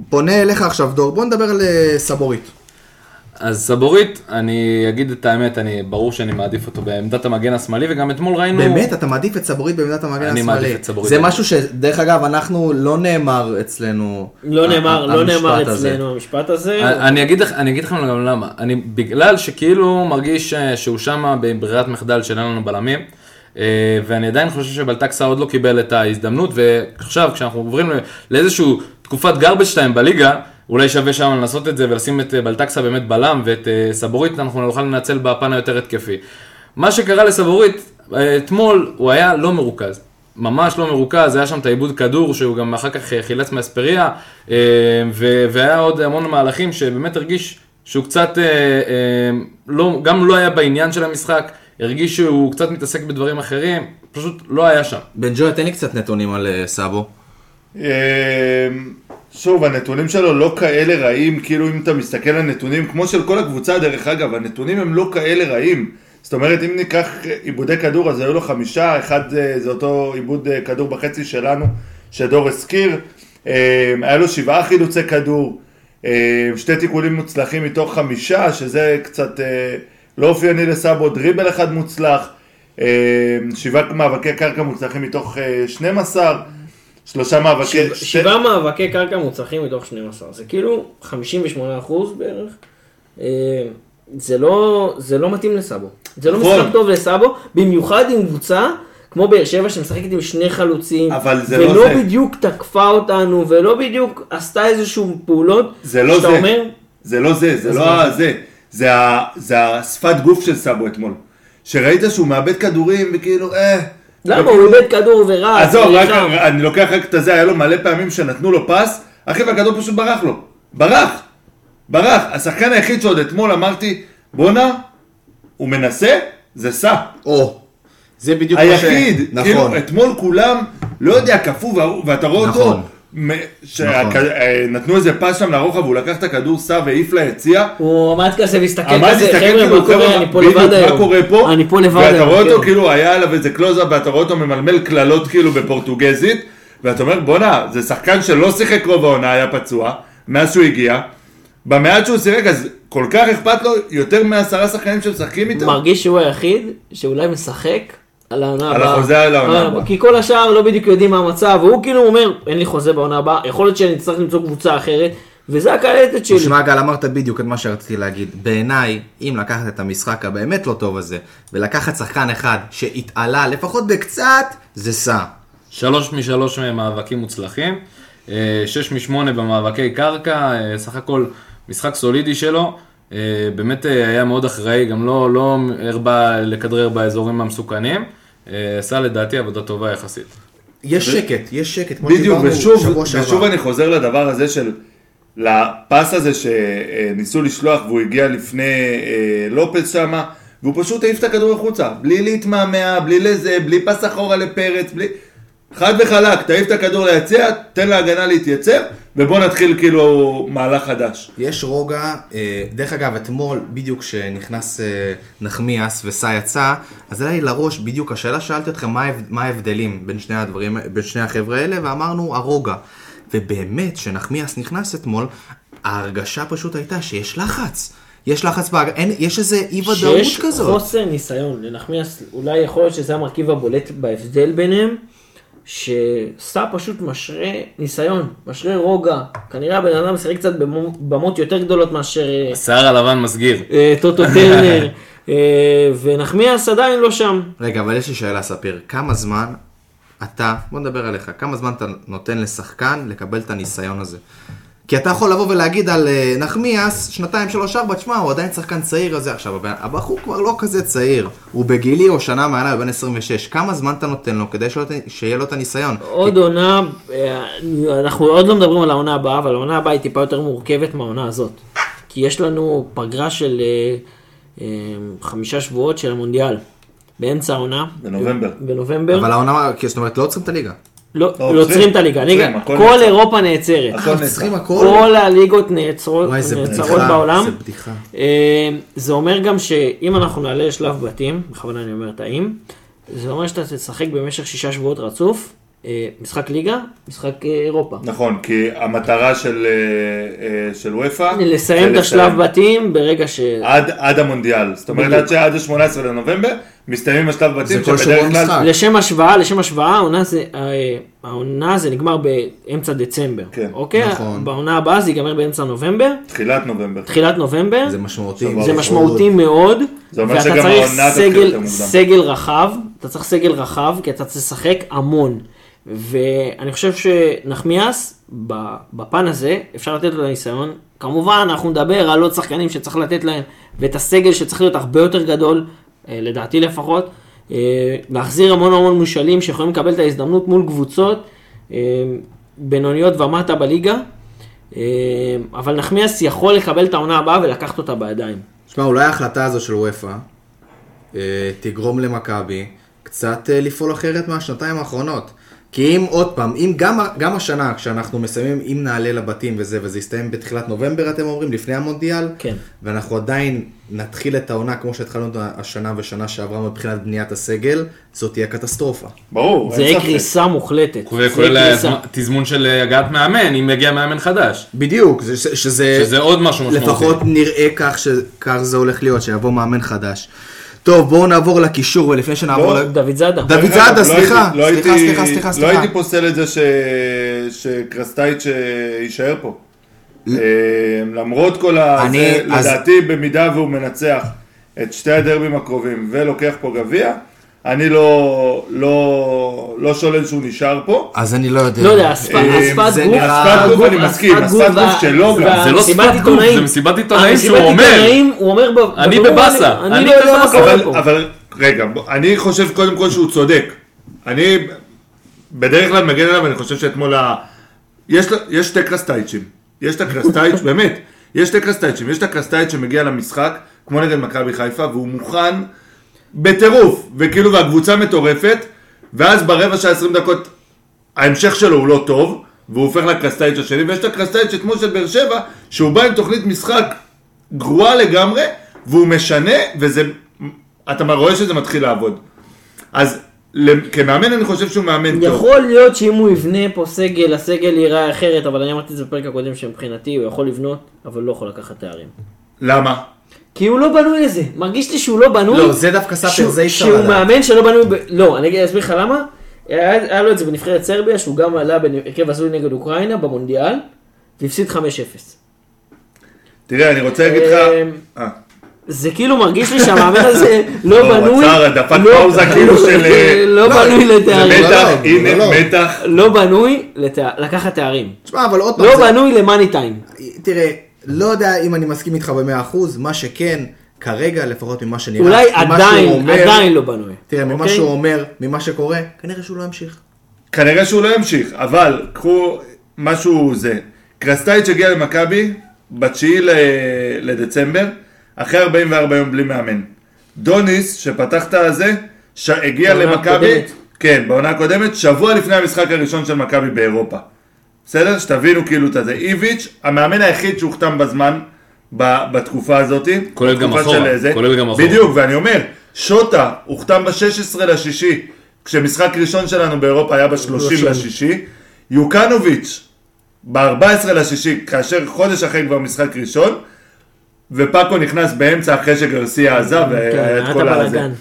A: פונה אליך עכשיו, דור, בוא נדבר על אה, סבורית.
G: אז סבורית, אני אגיד את האמת, אני, ברור שאני מעדיף אותו בעמדת המגן השמאלי, וגם אתמול ראינו...
A: באמת, אתה מעדיף את סבורית בעמדת המגן השמאלי.
G: אני מעדיף את סבורית.
A: זה משהו שדרך אגב, אנחנו, לא נאמר אצלנו.
F: לא
A: ה-
F: נאמר,
A: ה-
F: לא נאמר
A: המשפט הזה. אה,
F: אצלנו המשפט הזה.
G: אני אגיד, לך- אני אגיד לכם גם למה, אני בגלל שכאילו הוא מרגיש אה, שהוא שמה בברירת מחדל שאין לנו בלמים, אה, ואני עדיין חושב שבלטקסה עוד לא קיבל את ההזדמנות, ועכשיו כשאנחנו עוברים ל- לאיזשהו תקופת garbage time בליגה, אולי שווה שם לעשות את זה ולשים את אה, בלטקסה באמת בלם, ואת אה, סבורית אנחנו נוכל לנצל בפן היותר התקפי. מה שקרה לסבורית, אה, אתמול הוא היה לא מרוכז. ממש לא מרוכז, היה שם את העיבוד כדור שהוא גם אחר כך אה, חילץ מאספריה, אה, ו- והיה עוד המון מהלכים שבאמת הרגיש שהוא קצת, אה, אה, לא, גם לא היה בעניין של המשחק, הרגיש שהוא קצת מתעסק בדברים אחרים, פשוט לא היה שם.
A: בן ג'ויה, תן לי קצת נתונים על אה, סאבו.
E: אה, שוב, הנתונים שלו לא כאלה רעים, כאילו אם אתה מסתכל על נתונים, כמו של כל הקבוצה דרך אגב, הנתונים הם לא כאלה רעים. זאת אומרת, אם ניקח עיבודי כדור, אז היו לו חמישה, אחד אה, זה אותו עיבוד אה, כדור בחצי שלנו, שדור הזכיר, אה, היה לו שבעה חילוצי כדור, אה, שתי תיקולים מוצלחים מתוך חמישה, שזה קצת אה, לא אופייני לסאבו, דריבל אחד מוצלח, אה, שבעה מאבקי קרקע מוצלחים מתוך אה, 12, שלושה מאבקי...
F: שבע-
E: שתי-
F: שבעה מאבקי קרקע מוצלחים מתוך 12, זה כאילו 58 אחוז בערך. אה, זה לא, זה לא מתאים לסאבו. זה לא
E: נכון.
F: משחק טוב לסאבו, במיוחד עם קבוצה כמו באר שבע שמשחקת עם שני חלוצים.
E: אבל זה לא
F: ולא
E: זה.
F: בדיוק תקפה אותנו, ולא בדיוק עשתה איזשהו פעולות.
E: זה לא
F: שאתה
E: זה.
F: אומר,
E: זה לא זה, זה
F: אז
E: לא
F: מה?
E: ה- זה. זה ה- זה השפת גוף של סאבו אתמול. שראית שהוא מאבד כדורים וכאילו, אה...
F: למה
E: וכאילו-
F: הוא איבד כדור ורץ?
E: עזוב, רק-
F: ונלחם?"
E: אני לוקח רק את הזה, היה לו מלא פעמים שנתנו לו פס, אחי, והכדור פשוט ברח לו. ברח! ברח! השחקן היחיד שעוד אתמול אמרתי, בואנה, הוא מנסה, זה סע.
A: או, זה בדיוק מה ש...
E: היחיד.
A: נכון.
E: כאילו, אתמול כולם, לא יודע, קפאו, והוא- ואתה רואה
A: נכון.
E: אותו. מ- שה- אה, נתנו איזה פס שם לרוחב, והוא לקח את הכדור, סע והעיף ליציע.
F: הוא עמד כזה והסתכל
E: אמרתי,
F: כזה,
E: תסתכל
F: כן, חבר'ה, מה
E: כאילו,
F: קורה?
E: חבר'ה,
F: אני פה
E: בדיוק,
F: לבד היום.
E: מה קורה פה?
F: אני פה לבד היום.
E: ואתה רואה
F: כן.
E: אותו כאילו, היה עליו איזה קלוזאפ, ואתה רואה אותו ממלמל קללות כאילו בפורטוגזית, ואתה אומר, בואנה, זה שחקן שלא שיחק רוב העונה, היה פצוע, מאז שהוא הגיע. במעט שהוא שיחק, אז כל כך אכפת לו יותר מעשרה שחקנים שמשחקים איתו?
F: מרגיש שהוא היחיד שאולי משחק על העונה
E: על
F: הבאה.
E: החוזה על העונה
F: אבל-
E: הבאה.
F: כי כל השאר לא בדיוק יודעים מה המצב, והוא כאילו אומר, אין לי חוזה בעונה הבאה, יכול להיות שאני אצטרך למצוא קבוצה אחרת, וזה הקלטת שלי.
A: תשמע גל, אמרת בדיוק את מה שרציתי להגיד. בעיניי, אם לקחת את המשחק הבאמת לא טוב הזה, ולקחת שחקן אחד שהתעלה לפחות בקצת, זה סע.
G: שלוש משלוש מאבקים מוצלחים, אה, שש משמונה במאבקי קרקע, אה, סך הכל משחק סולידי שלו, אה, באמת אה, היה מאוד אחראי, גם לא, לא הרבה לכדרר באזורים המסוכנים, אה, עשה לדעתי עבודה טובה יחסית.
A: יש שקט, יש שקט, כמו
E: בדיוק,
A: שדיברנו
E: ושוב,
A: שבוע שעבר.
E: ושוב אני חוזר לדבר הזה של... לפס הזה שניסו לשלוח והוא הגיע לפני אה, לופס שמה והוא פשוט העיף את הכדור החוצה, בלי להתמהמה, בלי לזה, בלי פס אחורה לפרץ, בלי... חד וחלק, תעיף את הכדור ליציע, תן להגנה להתייצב ובוא נתחיל כאילו מהלך חדש.
A: יש רוגע, אה, דרך אגב, אתמול, בדיוק כשנכנס אה, נחמיאס וסע יצא, אז עלה לי לראש בדיוק השאלה, שאלתי אתכם מה ההבד- מה ההבדלים בין שני הדברים, בין שני החבר'ה האלה, ואמרנו הרוגע. ובאמת, כשנחמיאס נכנס אתמול, ההרגשה פשוט הייתה שיש לחץ. יש לחץ, בהג... אין, יש איזה אי ודאות
F: שיש
A: כזאת.
F: חוסר ניסיון לנחמיאס, אולי יכול להיות שזה המרכיב הבולט בהבדל ביניהם, שסע פשוט משרה ניסיון, משרה רוגע. כנראה הבן אדם משחק קצת במו- במות יותר גדולות מאשר... אה,
G: השיער הלבן מסגיר.
F: אה, טוטו טרנר, אה, ונחמיאס עדיין לא שם.
A: רגע, אבל יש לי שאלה, ספיר. כמה זמן אתה, בוא נדבר עליך, כמה זמן אתה נותן לשחקן לקבל את הניסיון הזה? כי אתה יכול לבוא ולהגיד על אה, נחמיאס, שנתיים, שלוש, ארבע, תשמע, הוא עדיין שחקן צעיר הזה עכשיו, הבן- הבחור כבר לא כזה צעיר. הוא בגילי או שנה מעליי, הוא בן 26. כמה זמן אתה נותן לו כדי שלא ת- שיהיה לו את הניסיון?
F: עוד עונה, אה, אנחנו עוד לא מדברים על העונה הבאה, אבל העונה הבאה היא טיפה יותר מורכבת מהעונה הזאת. כי יש לנו פגרה של אה, אה, חמישה שבועות של המונדיאל. באמצע העונה.
E: בנובמבר.
F: אה, בנובמבר.
A: אבל העונה, כי זאת אומרת, לא עוצרים את הליגה.
F: לא,
E: לא,
F: לא עוצרים
E: עוצרים.
F: את הליגה.
E: עוצרים,
F: הליגה-
E: הכל
F: כל
E: נעצר.
F: אירופה נעצרת.
E: הכל נעצר.
A: עוצרים הכל?
F: כל הליגות נעצרות
A: וואי, זה
F: נעצרות
A: בדיחה,
F: בעולם.
A: זה בדיחה.
F: אה, זה אומר גם שאם אנחנו נעלה לשלב בתים, בכוונה אני אומר את האם, זה אומר שאתה תשחק במשך שישה שבועות רצוף, אה, משחק ליגה, משחק אה, אירופה.
E: נכון, כי המטרה של, אה, אה, של וופא...
F: לסיים את
E: זה אה.
F: השלב בתים ברגע ש...
E: עד, עד המונדיאל, זאת אומרת עד,
F: בדיוק.
E: שעד ה-18 לנובמבר, מסתיימים השלב בתים
A: זה כל שבוע משחק.
F: לשם השוואה, לשם השוואה, העונה זה, אה, העונה זה נגמר באמצע דצמבר.
E: כן,
F: אוקיי?
A: נכון.
F: בעונה הבאה זה ייגמר באמצע נובמבר,
E: תחילת נובמבר.
F: תחילת נובמבר.
A: זה משמעותי.
F: זה משמעותי מאוד,
E: זה אומר
F: ואתה
E: שגם
F: צריך
E: העונה תתחיל יותר
F: סגל,
E: מוקדם.
F: סגל רחב, אתה צריך סגל רחב, כי אתה צריך לשחק המון. ואני חושב שנחמיאס, ב- בפן הזה, אפשר לתת לו את הניסיון. כמובן, אנחנו נדבר על עוד שחקנים שצריך לתת להם, ואת הסגל שצריך להיות הרבה יותר גדול, אה, לדעתי לפחות. אה, להחזיר המון המון מושאלים שיכולים לקבל את ההזדמנות מול קבוצות אה, בינוניות ומטה בליגה. אה, אבל נחמיאס יכול לקבל את העונה הבאה ולקחת אותה בידיים.
A: שמע, אולי ההחלטה הזו של וופא אה, תגרום למכבי קצת אה, לפעול אחרת מהשנתיים האחרונות. כי אם, עוד פעם, אם גם, גם השנה, כשאנחנו מסיימים, אם נעלה לבתים וזה, וזה יסתיים בתחילת נובמבר, אתם אומרים, לפני המונדיאל,
F: כן.
A: ואנחנו עדיין נתחיל את העונה כמו שהתחלנו אותה השנה ושנה שעברה מבחינת בניית הסגל, זאת תהיה קטסטרופה.
E: ברור,
F: זה
E: אין
F: יהיה
E: ספק.
F: קריסה מוחלטת. זה יהיה
G: וכולל
F: קריסה.
G: הזמן- אה, תזמון של אה, הגעת מאמן, אם יגיע מאמן חדש.
A: בדיוק, זה- ש- שזה...
G: שזה עוד משהו משמעותי.
A: אה, לפחות נראה כך שכך זה הולך להיות, שיבוא מאמן חדש. טוב, בואו נעבור לקישור, ולפני שנעבור...
E: לא,
A: ל-
F: דוד זאדה.
A: דוד
E: דרך אגב,
A: זאדה,
E: לא
A: סליחה,
E: הייתי- לא
A: סליחה,
E: הייתי-
A: סליחה, סליחה,
E: לא
A: סליחה.
E: הייתי פוסל את זה ש- שקרסטייץ' אה, יישאר פה. אה, למרות כל ה...
A: אני-
E: זה,
A: אז-
E: לדעתי, במידה והוא מנצח את שתי הדרבים הקרובים ולוקח פה גביע, אני לא- לא לא שולל שהוא נשאר פה.
A: אז אני לא יודע.
F: לא יודע, השפ-
E: אה,
F: השפת
A: זה
F: גוף,
A: נראה-
E: השפת גוף, אני מסכים,
F: השפת
E: השפת
F: גוף
E: גוף
F: וה-
E: שלו גם.
F: וה-
G: זה לא
F: מסיבת
G: שפת גוף,
F: עיתונאים.
G: זה מסיבת עיתונאים
F: המסיבת
G: שהוא אומר.
F: עיתונאים, הוא אומר, ב-
G: אני
F: בבירור,
G: בבאסה,
F: אני- אני
G: אני
F: לא יודע מה
G: בבאסה.
F: קורה
E: אבל,
F: פה.
E: אבל רגע, בוא- אני חושב קודם כל שהוא צודק. אני בדרך כלל מגן עליו, אני חושב שאתמול ה... יש, לו- יש שתי קרסטייצ'ים. יש את הקרסטייץ', באמת, יש שתי קרסטייצ'ים. יש את הקרסטייץ' שמגיע למשחק, כמו נגד מכבי חיפה, והוא מוכן בטירוף, וכאילו, והקבוצה מטורפת, ואז ברבע שעה 20 דקות ההמשך שלו הוא לא טוב, והוא הופך לקרסטייץ' השני, ויש את הקרסטייץ' אתמול של באר שבע, שהוא בא עם תוכנית משחק גרועה לגמרי, והוא משנה, וזה... אתה רואה שזה מתחיל לעבוד. אז למ- כמאמן אני חושב שהוא מאמן טוב.
F: יכול להיות שאם הוא יבנה פה סגל, הסגל ייראה אחרת, אבל אני אמרתי את זה בפרק הקודם שמבחינתי הוא יכול לבנות, אבל לא יכול לקחת תארים.
E: למה?
F: כי הוא לא בנוי לזה, מרגיש לי שהוא לא בנוי.
A: לא, זה דווקא ספיר,
F: שהוא-
A: זה אי אפשר
F: שהוא
A: לדעת.
F: מאמן שלא בנוי, ב... לא, אני אגיד- אסביר לך למה. היה, היה לו את זה בנבחרת סרביה, שהוא גם עלה בהרכב הזוי נגד אוקראינה במונדיאל, והפסיד 5-0.
E: תראה, אני רוצה להגיד לך...
F: אה,
E: אה.
F: זה כאילו מרגיש לי שהמאמן הזה לא
E: לא,
F: בנוי,
E: עצר, דפק
F: לא-
E: פאוזה כאילו של, אה,
F: לא בנוי
E: זה
F: לתארים,
E: מתח,
A: לא, לא,
E: הנה,
A: לא.
E: מתח.
F: לא בנוי לתא- לקחת תארים,
A: תשמע, אבל עוד פעם,
F: לא
A: זה-
F: בנוי למאני טיים.
A: תראה, לא יודע אם אני מסכים איתך במאה אחוז, מה שכן, כרגע, לפחות ממה שנראה,
F: אולי
A: ממה שהוא
F: עדיין,
A: אומר-
F: עדיין לא בנוי.
A: תראה, ממה
F: אוקיי?
A: שהוא אומר, ממה שקורה, כנראה שהוא לא ימשיך.
E: כנראה שהוא לא ימשיך, אבל קחו משהו זה. קרסטייץ' הגיע למכבי ב-9 ל- לדצמבר, אחרי 44 יום בלי מאמן. דוניס, שפתח את הזה, ש- הגיע
F: בעונה
E: למכבי,
F: הקודמת.
E: כן, בעונה הקודמת, שבוע לפני המשחק הראשון של מכבי באירופה. בסדר? שתבינו כאילו את הזה. איביץ', המאמן היחיד שהוחתם בזמן, ב- בתקופה הזאת.
G: כולל גם
E: בתקופה
G: אחורה,
E: של זה.
G: כולל גם אחורה.
E: בדיוק, ואני אומר, שוטה הוחתם ב-16 לשישי, כשמשחק ראשון שלנו באירופה היה ב-30 לשישי. יוקנוביץ', ב-14 לשישי, כאשר חודש אחרי כבר משחק ראשון, ופאקו נכנס באמצע אחרי שגרסיה עזב, והיה
F: כן,
E: את
F: אתה
E: כל הזה.
F: בלאגן.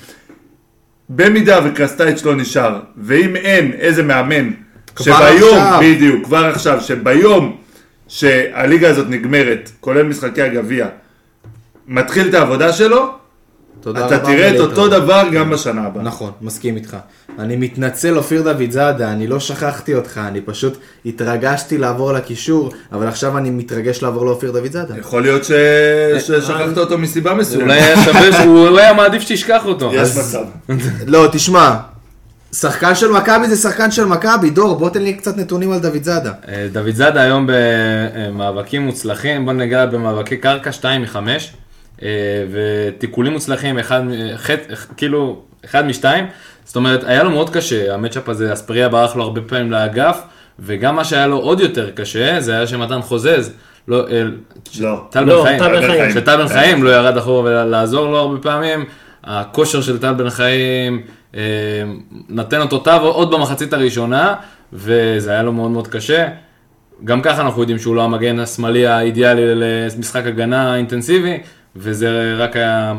E: במידה וקרסטייץ' לא נשאר, ואם אין איזה מאמן,
A: כבר
E: שביום,
A: עכשיו.
E: בדיוק, כבר עכשיו, שביום שהליגה הזאת נגמרת, כולל משחקי הגביע, מתחיל את העבודה שלו,
A: תודה
E: אתה
A: רבה
E: תראה את
A: ולהתראות.
E: אותו דבר גם בשנה הבאה.
A: נכון, מסכים איתך. אני מתנצל, אופיר דוד זאדה, אני לא שכחתי אותך, אני פשוט התרגשתי לעבור לקישור, אבל עכשיו אני מתרגש לעבור לאופיר דוד זאדה.
E: יכול להיות ש-
A: אה,
E: ששכחת אותו מסיבה
G: אולי
E: מסוימת.
G: היה שווה, הוא אולי היה מעדיף שתשכח אותו.
A: כן.
E: יש
G: אז
E: מצב.
A: לא, תשמע, שחקן של מכבי זה שחקן של מכבי, דור, בוא תן לי קצת נתונים על דוד זאדה.
G: אה, דוד זאדה היום במאבקים מוצלחים, בוא ניגע במאבקי קרקע 2 מ-5, ותיקולים מוצלחים, אחד, מ- חט- כאילו, אחד מ-2, זאת אומרת, היה לו מאוד קשה, המצ'אפ הזה, אספריה ברח לו הרבה פעמים לאגף, וגם מה שהיה לו עוד יותר קשה, זה היה שמתן חוזז. לא, אה,
E: לא. אה,
G: טל
F: לא,
G: בן חיים,
F: טל בן חיים.
G: שטל בן חיים לא ירד אחורה ולעזור לו הרבה פעמים, הכושר של טל בן חיים אה, נתן אותו תו עוד במחצית הראשונה, וזה היה לו מאוד מאוד קשה. גם ככה אנחנו יודעים שהוא לא המגן השמאלי האידיאלי למשחק הגנה אינטנסיבי, וזה רק היה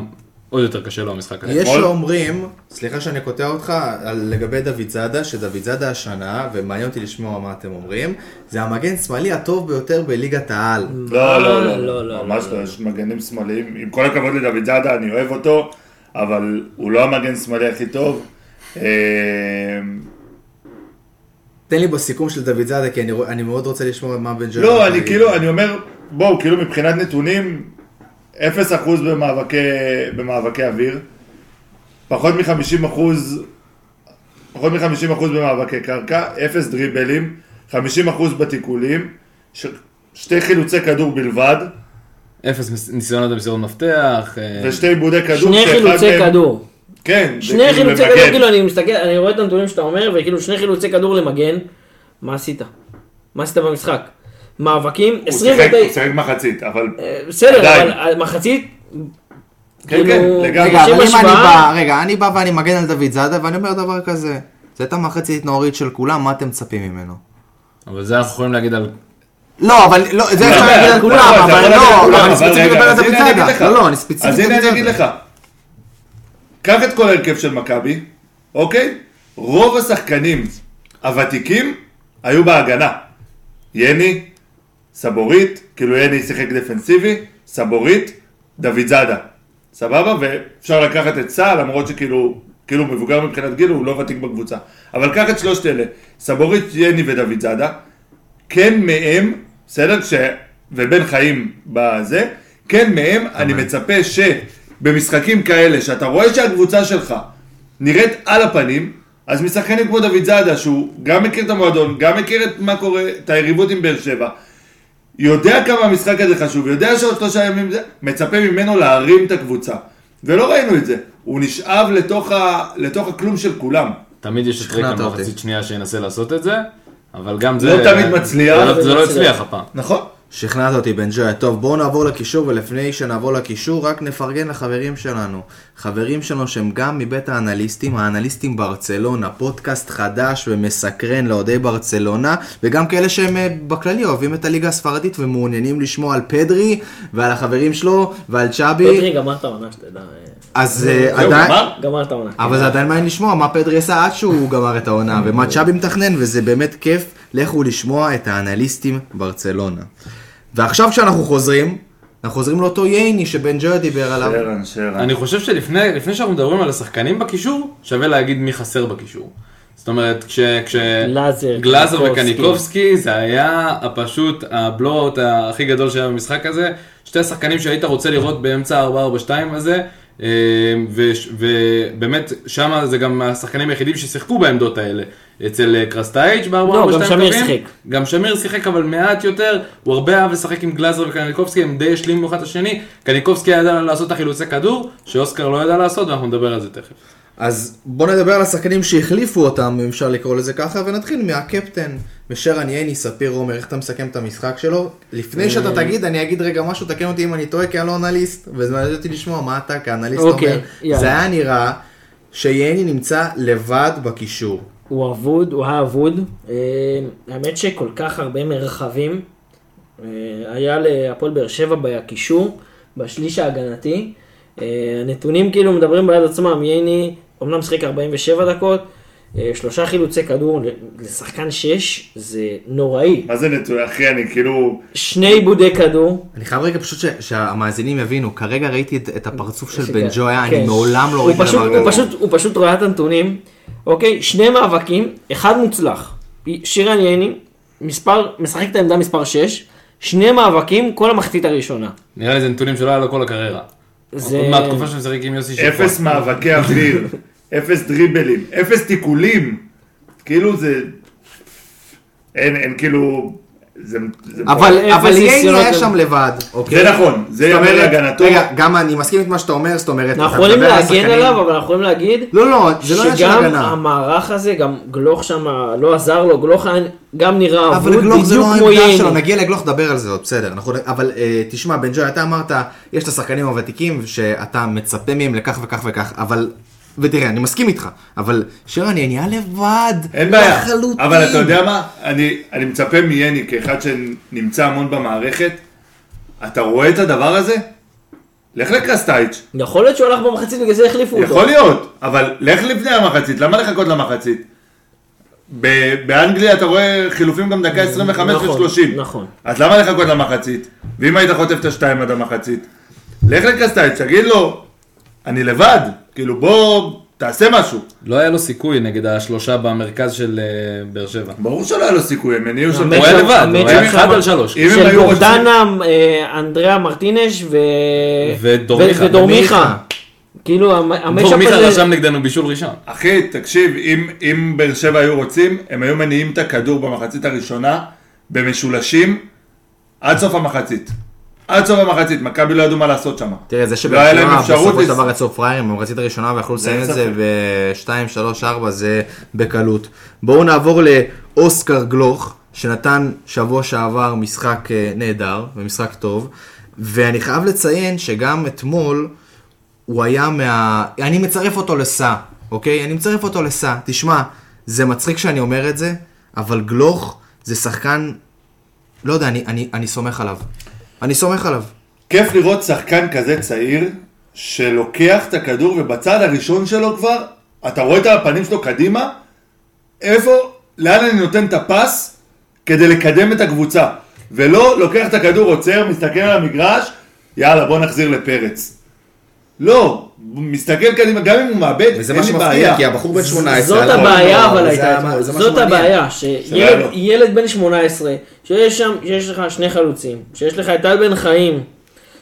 G: עוד יותר קשה לו המשחק הזה.
A: יש
E: אתמול?
A: שאומרים, סליחה שאני קוטע אותך, על- לגבי דוד זאדה, שדוד זאדה השנה, ומעניין אותי לשמוע מה אתם אומרים, זה המגן שמאלי הטוב ביותר בליגת העל.
E: לא, לא, לא,
F: לא,
E: לא,
F: לא,
E: ממש לא, יש מגנים שמאליים. עם כל הכבוד לדוד זאדה, אני אוהב אותו, אבל הוא לא המגן שמאלי הכי טוב. אה,
A: תן לי בסיכום של דוד זאדה, כי אני רוא- אני מאוד רוצה לשמוע מה בן ג'רמן.
E: לא, אני כאילו, אני אומר, בואו, כאילו מבחינת נתונים, 0% במאבקי, במאבקי אוויר, פחות מ-50%, פחות מ-50% במאבקי קרקע, 0 דריבלים, 50% בתיקולים, ש... שתי חילוצי כדור בלבד,
G: אפס מס- ניסיונות למסירות מפתח, אה,
E: ושתי עיבודי כדור,
F: שני
E: שאחד
F: חילוצי
E: מהם-
F: כדור.
E: כן, זה
F: שני
E: כאילו
F: חילוצי כדור,
E: למגן.
F: כאילו אני מסתכל, אני רואה את הנתונים שאתה אומר, וכאילו שני חילוצי כדור למגן, מה עשית? מה עשית במשחק? מאבקים,
E: הוא שיחק- הוא
F: 29,
E: שיחק מחצית, אבל...
F: בסדר,
E: עדיין.
F: אבל מחצית,
E: כן, כן,
F: כאילו,
E: לגמרי.
A: רגע,
F: לשם
A: אבל אם אני
F: השוואה-
A: בא, רגע, אני בא ואני מגן על דוד זאדה ואני אומר דבר כזה. זה את המחצית נורית של כולם, מה אתם מצפים ממנו?
G: אבל זה אנחנו יכולים להגיד על...
A: לא, אבל לא, זה אפשר
E: לא,
A: להגיד
E: לא,
A: על
E: לא,
A: כולם,
E: אתה
A: אבל לא,
E: יכול להגיד
A: לא,
E: על
A: אני
E: כולם,
A: ספציפית
E: אבל
A: מדבר
E: רגע,
A: על
E: אז
A: דוד
E: הנה אני אגיד
A: זאדה.
E: לך.
A: לא, לא, אני ספציפית
E: אז
A: מדבר
E: הנה
A: על
E: אני אגיד
A: דוד
E: לך.
A: זאדה.
E: קח את כל ההרכב של מכבי, אוקיי? רוב השחקנים הוותיקים היו בהגנה. יני, סבורית, כאילו יני שיחק דפנסיבי, סבורית, דוד זאדה. סבבה? ואפשר לקחת את סער, למרות שכאילו, כאילו הוא מבוגר מבחינת גיל, הוא לא ותיק בקבוצה. אבל קח את שלושת אלה, סבורית, יני ודוד זאדה. כן מהם, בסדר? ש... ובן חיים בזה, כן מהם, אני מצפה שבמשחקים כאלה, שאתה רואה שהקבוצה שלך נראית על הפנים, אז משחקנים כמו דוד זאדה, שהוא גם מכיר את המועדון, גם מכיר את מה קורה, את היריבות עם באר שבע, יודע כמה המשחק הזה חשוב, יודע שעוד שלושה ימים זה, מצפה ממנו להרים את הקבוצה. ולא ראינו את זה, הוא נשאב לתוך, ה... לתוך הכלום של כולם.
G: תמיד יש את
A: שכנעת
G: ריקן
A: אותי.
G: במחצית שנייה שינסה לעשות את זה, אבל גם זה...
E: לא תמיד מצליח.
G: זה לא- זה לא
F: מצליח.
G: הצליח הפעם.
E: נכון.
A: שכנעת אותי בן ג'וי. טוב, בואו נעבור לקישור, ולפני שנעבור לקישור, רק נפרגן לחברים שלנו. חברים שלנו שהם גם מבית האנליסטים, האנליסטים ברצלונה, פודקאסט חדש ומסקרן לאוהדי ברצלונה, וגם כאלה שהם אה, בכללי אוהבים את הליגה הספרדית ומעוניינים לשמוע על פדרי, ועל החברים שלו, ועל צ'אבי,
F: פטרי גמר את העונה, שתדע, אה,
A: אז אה,
E: זהו,
A: עדיין...
E: לא, גמר?
F: גמר את העונה.
A: אבל זה עדיין מעניין לשמוע מה פדרי עשה עד שהוא גמר את העונה,
F: אה.
A: ומה צ'אבי מתכנן, וזה באמת כיף. לכו לשמוע את האנליסטים ברצלונה. ועכשיו כשאנחנו חוזרים, אנחנו חוזרים לאותו ייני שבן ג'ויה דיבר עליו.
F: כן.
E: שרן, שרן.
G: אני חושב שלפני לפני שאנחנו מדברים על השחקנים בקישור, שווה להגיד מי חסר בקישור. זאת אומרת, כש... כש...
F: גלאזר,
G: גלאזר
F: קניקובסקי.
G: וקניקובסקי, זה היה הפשוט הבלוט הכי גדול שהיה במשחק הזה. שתי השחקנים שהיית רוצה לראות באמצע ה-442 הזה, אה, ו- ובאמת, שם זה גם השחקנים היחידים ששיחקו בעמדות האלה. אצל אה, קרסטייץ' ב-442
F: לא, גם שמיר שיחק.
G: גם שמיר שיחק אבל מעט יותר, הוא הרבה אהב לשחק עם גלאזר וקניקובסקי, הם די השלימו אחד את השני, קניקובסקי ידע לעשות את החילוצי כדור, שאוסקר לא ידע לעשות, ואנחנו נדבר על זה תכף.
A: אז בואו נדבר על השחקנים שהחליפו אותם, אם אפשר לקרוא לזה ככה, ונתחיל מהקפטן. ושרן ייני, ספיר עומר, איך אתה מסכם את המשחק שלו? לפני
F: אה.
A: שאתה תגיד, אני אגיד רגע משהו, תקן אותי אם אני טועה, כי אני לא אנליסט. וזמן אותי לשמוע מה אתה כאנליסט
F: אוקיי,
A: אומר.
F: יאללה.
A: זה היה נראה שייני נמצא לבד בקישור.
F: הוא אבוד, הוא היה אבוד. אה, האמת שכל כך הרבה מרחבים אה, היה להפועל באר שבע בקישור, בשליש ההגנתי. אה, הנתונים כאילו מדברים בעד עצמם, ייני אמנם שיחק 47 דקות, אה, שלושה חילוצי כדור לשחקן 6, זה נוראי.
E: מה זה נטוי? אחי, אני כאילו...
F: שני עיבודי כדור,
A: אני חייב רגע פשוט ש- שהמאזינים יבינו, כרגע ראיתי את, את הפרצוף של
F: שכן,
A: בן ג'ויה,
F: כן.
A: אני מעולם לא
F: הוא
A: ראיתי
F: פשוט-
A: דבר
F: הוא
A: כזה.
F: פשוט- הוא פשוט ראה את הנתונים, אוקיי? שני מאבקים, אחד מוצלח. שירן ייני, מספר, משחק את העמדה מספר 6, שני מאבקים, כל המחצית הראשונה.
G: נראה לי זה נתונים שלא היה לו כל הקריירה.
F: זה-
G: זה... עוד מהתקופה שהוא משחק עם יוסי שפר.
E: אפס מאבקי אוויר, אפס דריבלים, אפס תיקולים. כאילו זה... אין, אין כאילו... זה... זה
A: אבל,
F: אפס
A: אבל ייני
F: ניסיונות
A: היה
F: לב-
A: שם לבד, אוקיי?
E: זה נכון, זה
A: זאת
E: יאמר
A: אומרת-
E: להגנתו.
A: רגע, גם אני מסכים עם מה שאתה אומר, זאת אומרת,
F: אנחנו
A: אתה
F: יכולים
A: מדבר על
F: להגן
A: השחקנים-
F: עליו, אבל אנחנו יכולים להגיד
A: לא, לא, זה לא עניין של
F: שגם
A: הגנה.
F: המערך הזה, גם גלוך שם לא עזר לו, גלוך היה גם נראה אבוד,
A: אבל גלוך זה
F: בדיוק
A: לא
F: כמו
A: העמדה שלו,
F: ייני.
A: נגיע לגלוך, נדבר על זה עוד, בסדר. אנחנו- אבל אה, תשמע, בן ג'וי, אתה אמרת, יש את השחקנים הוותיקים שאתה מצפה מהם לכך וכך וכך, אבל... ותראה, אני מסכים איתך, אבל שרן יניה לבד,
E: אין בעיה.
A: לחלוטין.
E: אבל אתה יודע מה? אני, אני מצפה מיני, כאחד שנמצא המון במערכת, אתה רואה את הדבר הזה? לך לקרסטייץ',
F: יכול להיות שהוא הלך במחצית בגלל זה החליפו אותו.
E: יכול להיות, אבל לך לפני המחצית, למה לחכות למחצית? ב- באנגליה אתה רואה חילופים גם דקה 25
F: נכון,
E: ו-30.
F: נכון.
E: אז למה לחכות למחצית? ואם היית חוטף את השתיים עד המחצית? לך לקרסטייץ', תגיד לו, אני לבד, כאילו בוא, תעשה משהו.
G: לא היה לו סיכוי נגד השלושה במרכז של אה, באר שבע.
E: ברור שלא היה לו סיכוי, הם הניעו שם...
G: הוא היה
F: המצ'אפ-
G: לבד, הוא היה
F: המצ'אפ
G: אחד
F: שם-
G: על שלוש.
E: אם הם
F: של
E: היו רוצים-
F: גורדנה, אה, אנדריאה מרטינש ו...
G: ודורמיכה.
F: ו- ודורמיכה. כאילו המ-
G: טוב,
F: המשאפ
G: מיכה
F: הזה...
G: רשם נגדנו בישול ראשון.
E: אחי, תקשיב, אם, אם באר שבע היו רוצים, הם היו מניעים את הכדור במחצית הראשונה, במשולשים, עד סוף המחצית. עד סוף המחצית, מכבי לא ידעו מה לעשות שם.
A: תראה, זה
E: לא היה להם
A: שבתנועה
E: אפשרות
A: בסופו של
E: לס-
A: דבר יצאו פראיירים במחצית הראשונה ויכלו לסיים את זה
E: ספק.
A: ב-2, 3, 4, זה בקלות. בואו נעבור לאוסקר גלוך, שנתן שבוע שעבר משחק אה, נהדר ומשחק טוב, ואני חייב לציין שגם אתמול הוא היה מה... אני מצרף אותו לסע, אוקיי? אני מצרף אותו לסע. תשמע, זה מצחיק שאני אומר את זה, אבל גלוך זה שחקן, לא יודע, אני, אני, אני סומך עליו. אני סומך עליו.
E: כיף לראות שחקן כזה צעיר, שלוקח את הכדור ובצד הראשון שלו כבר, אתה רואה את הפנים שלו קדימה, איפה, לאן אני נותן את הפס כדי לקדם את הקבוצה. ולא לוקח את הכדור, עוצר, מסתכל על המגרש, יאללה בוא נחזיר לפרץ. לא, הוא מסתכל קדימה, גם אם הוא מאבד,
A: וזה
E: אין
A: מה
E: לי
A: שמפתיע,
E: בעיה.
A: כי הבחור בן 18.
F: זאת
A: עלה
F: הבעיה
A: אתמול,
F: אבל
A: זה
F: הייתה
A: היה-
F: אתמול,
A: זה מה
F: זאת
A: שמעניין.
F: הבעיה,
E: שלא היה לו.
F: שילד בן 18, שיש שם, שיש לך שני חלוצים, שיש לך את טל בן חיים,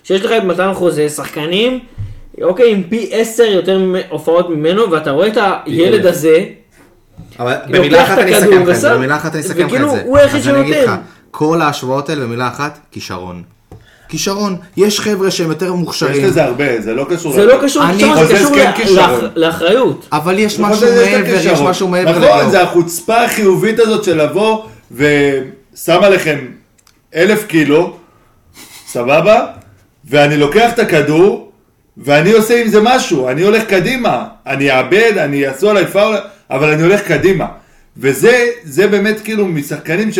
F: שיש לך את מתן חוזה, שחקנים, אוקיי, עם פי 10 יותר מ- הופעות ממנו, ואתה רואה את הילד
G: אלף.
F: הזה,
A: אבל
F: לוקח
A: במילה אחת
F: את
A: אני
F: הכדור
A: אסכם לך את
F: ושם,
A: זה, במילה אחת אני אסכם לך את זה.
F: וכאילו, הוא היחיד
A: אז אני אגיד
F: שנותן.
A: לך, כל ההשוואות האלה במילה אחת, כישרון. כישרון. יש חבר'ה שהם יותר
E: יש
A: מוכשרים,
E: לזה הרבה, זה לא קשור.
F: זה
E: לזה.
F: לא קשור
A: אני
F: לכישרון, זה
E: חושב
F: קשור
E: כן
F: לאח-
E: כישרון.
F: לאח- לאחריות.
A: אבל יש
E: אני
A: משהו
E: חושב שיש את
A: מעבר, יש
E: הכישרון.
A: משהו מעבר.
E: נכון,
A: לגלוב.
E: זה החוצפה החיובית הזאת של לבוא ושם עליכם אלף קילו, סבבה? ואני לוקח את הכדור, ואני עושה עם זה משהו, אני הולך קדימה, אני אאבד, אני יעשו עליי פאול, אבל אני הולך קדימה. וזה, זה באמת כאילו משחקנים ש...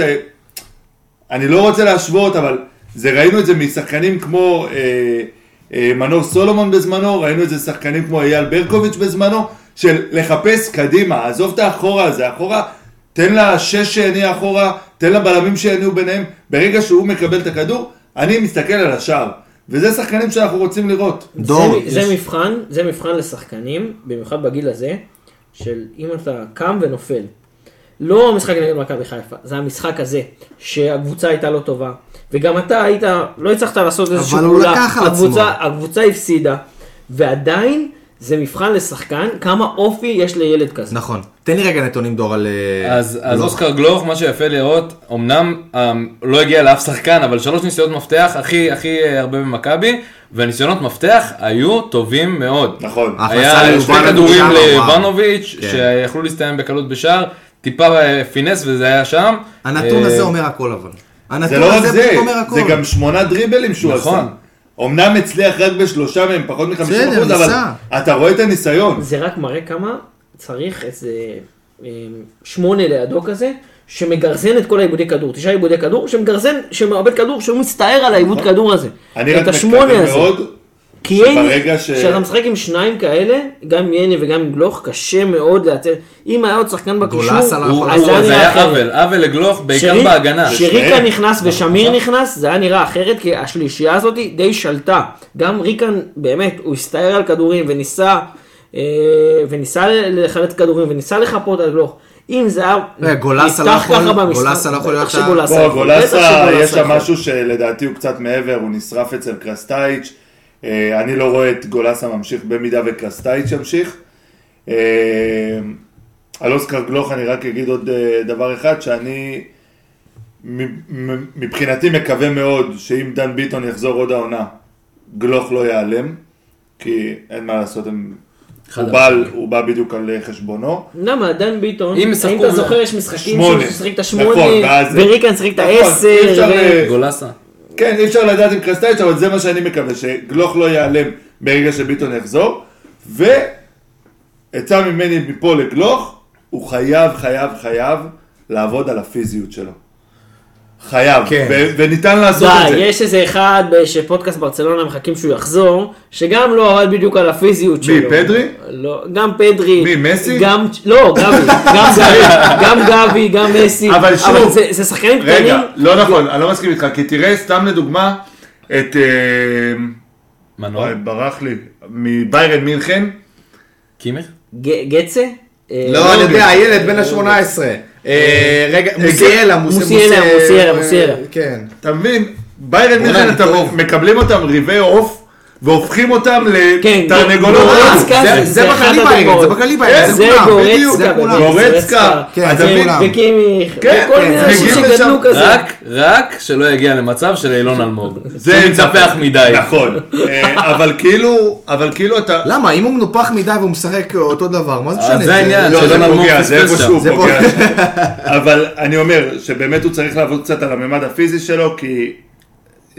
E: אני לא רוצה להשוות, אבל זה, ראינו את זה משחקנים כמו אה, אה, מנור סולומון בזמנו, ראינו את זה שחקנים כמו אייל ברקוביץ' בזמנו, של לחפש קדימה, עזוב את האחורה הזה, אחורה, תן לה שש שיניע אחורה, תן לבלמים שיניעו ביניהם, ברגע שהוא מקבל את הכדור, אני מסתכל על השער, וזה שחקנים שאנחנו רוצים לראות.
A: דור,
F: זה, זה מבחן, זה מבחן לשחקנים, במיוחד בגיל הזה, של אם אתה קם ונופל. לא המשחק נגד מכבי חיפה, זה המשחק הזה, שהקבוצה הייתה לא טובה, וגם אתה היית, לא הצלחת לעשות איזושהי
A: אבל
F: פעולה.
A: הוא לקח על
F: הקבוצה, הקבוצה הפסידה, ועדיין זה מבחן לשחקן, כמה אופי יש לילד כזה.
A: נכון. תן לי רגע נתונים דור על... אה,
G: אז, אז
A: גלוך.
G: אוסקר גלוך, מה שיפה לראות, אמנם אה, לא הגיע לאף שחקן, אבל שלוש ניסיונות מפתח, הכי הכי אה, הרבה במכבי, והניסיונות מפתח היו טובים מאוד.
E: נכון.
A: ההכנסה
G: היה
A: ליובל
G: שני כדורים
A: אדום שם, וואו.
G: ליובנוביץ',
A: כן.
G: שיכלו להסתיים בקלות בשער, טיפה אה, פינס וזה היה שם.
A: הנתון
G: אה,
A: הזה אומר הכל אבל.
E: זה
A: הנתון
E: לא רק
A: הזה
E: זה,
A: בדיוק אומר הכל.
E: זה גם שמונה דריבלים שהוא
G: נכון.
E: עשה. אמנם הצליח רק בשלושה מהם, פחות מ-50 אחוז,
A: בסדר,
E: אבל
A: ניסה.
E: אתה רואה את הניסיון.
F: זה רק מראה כמה צריך איזה אה, שמונה לידו כזה, שמגרזן את כל העיבודי כדור, תשעה עיבודי כדור, שמגרזן, שמאבד כדור, שהוא מצטער על העיבוד כדור הזה.
E: אני רק
F: את השמונה
E: מקווה
F: הזה.
E: מאוד
F: כי ייני,
E: שברגע
F: ש...
E: ש-
F: כשאתה משחק עם שניים כאלה, גם ייני וגם גלוך, קשה מאוד לייצר. אם היה עוד שחקן בקישור,
A: גולסה לא
G: הוא-
A: יכול
F: אז
A: לעשות.
G: הוא-
F: זה
G: זה
F: היה
G: היה
F: אחרת.
G: עוול, עוול לגלוך, בעיקר
F: שרי-
G: בהגנה.
F: שריקה
E: שניהם.
A: נכון.
F: נכנס ושמיר נכנס, זה היה נראה אחרת, כי השלישייה הזאת די שלטה. גם ריקן, באמת, הוא הסתער על כדורים וניסה, אה, וניסה לחלץ כדורים, וניסה לחפות על גלוך. אם זה היה
A: רגע, גולסה לא
F: נפתח
A: יכול-
F: ככה במשחק,
A: גולסה לא יכול להיות
F: בטח
A: ה-
F: שגולסה
E: בוא,
F: יכול, בטח כן.
E: גולסה,
F: שגולסה
E: יש שם
F: יכול.
E: משהו שלדעתי הוא קצת מעבר, הוא נשרף אצל קרסטייץ'. אה, אני לא רואה את גולסה ממשיך במידה וקרסטייץ' ימשיך. אה, על אוסקר גלוך אני רק אגיד עוד אה, דבר אחד, שאני מ- מ- מבחינתי מקווה מאוד שאם דן ביטון יחזור עוד העונה, גלוך לא ייעלם, כי אין מה לעשות, הם- הוא בא על- הוא בא בדיוק על אה, חשבונו.
F: למה, דן ביטון,
G: אם
F: אם
G: ישחקו
F: אתה
G: ב-
F: זוכר, יש משחקים
E: שמונה.
F: שהוא שיחק את
E: נכון,
F: השמונה,
E: ואז-
F: וריקן שיחק את
E: נכון, אי
F: העשר,
E: אפשר,
F: ו-
E: אה,
G: גולסה.
E: כן, אי אפשר לדעת עם קרסטייץ', אבל זה מה שאני מקווה, שגלוך לא ייעלם ברגע שביטון יחזור. ועצה ממני מפה לגלוך, הוא חייב, חייב, חייב לעבוד על הפיזיות שלו. חייב,
A: כן.
E: ו- וניתן לעשות את
F: די,
E: זה.
F: יש איזה אחד ב- שפודקאסט ברצלונה מחכים שהוא יחזור, שגם לא עבד בדיוק על הפיזיות שלו.
E: מי, פדרי?
F: לא, גם פדרי.
E: מי, מסי?
F: גם, לא, גבי. גם גבי, גם גבי, גם מסי.
E: אבל שוב-
F: זה, זה שחקנים קטנים.
E: רגע, לא נכון, אני לא מסכים איתך, כי תראה סתם לדוגמה את... אה,
G: מנור?
E: וואי, ברח לי, מביירן מינכן,
G: קימיך?
F: ג- גצה? אה,
A: לא, אני
E: לא,
A: יודע, הילד בן ה-18. רגע, אה, מוסיאלה. מוס-
F: מוסיאלה,
A: מוס-
F: מוסיאלה,
A: אה,
F: מוסיאלה.
A: כן.
E: אתה מבין? ביירן מינכן,
A: אולי
E: אתה
A: טוב.
E: מקבלים אותם ריבי עוף, והופכים אותם
F: כן,
E: לתרנגולות.
F: גורצקה
I: אה, זה- זה
F: אחת
I: בכללי
F: הטובות.
I: בעניין, זה בכללי בעניין,
E: כן,
I: זה
F: זה
I: כולם, בדיוק.
F: גורצקה,
I: זה
F: באמת,
I: כולם.
E: גורצקה,
I: כן,
E: אתה
I: זה
E: מבין?
I: כולם.
F: וקימיך,
E: כן,
F: וכל
E: כן,
F: מיני
E: מגיעים
F: אנשים
E: לשם.
F: שגדלו כזה.
G: רק, רק שלא יגיע למצב של אילון אלמוג.
E: זה
G: זה מצפח מדי.
E: נכון, אה, אבל כאילו, אבל כאילו אתה...
A: לא,
I: למה? אם הוא מנופח מדי והוא משחק אותו דבר, מה זה משנה?
G: אז זה העניין,
E: לא, זה
G: שאילון אלמוג
E: פוגע, זה
G: פספס שם.
E: איפשהו
I: זה
E: פוגע. אבל אני אומר שבאמת הוא צריך לעבוד קצת על הממד הפיזי שלו, כי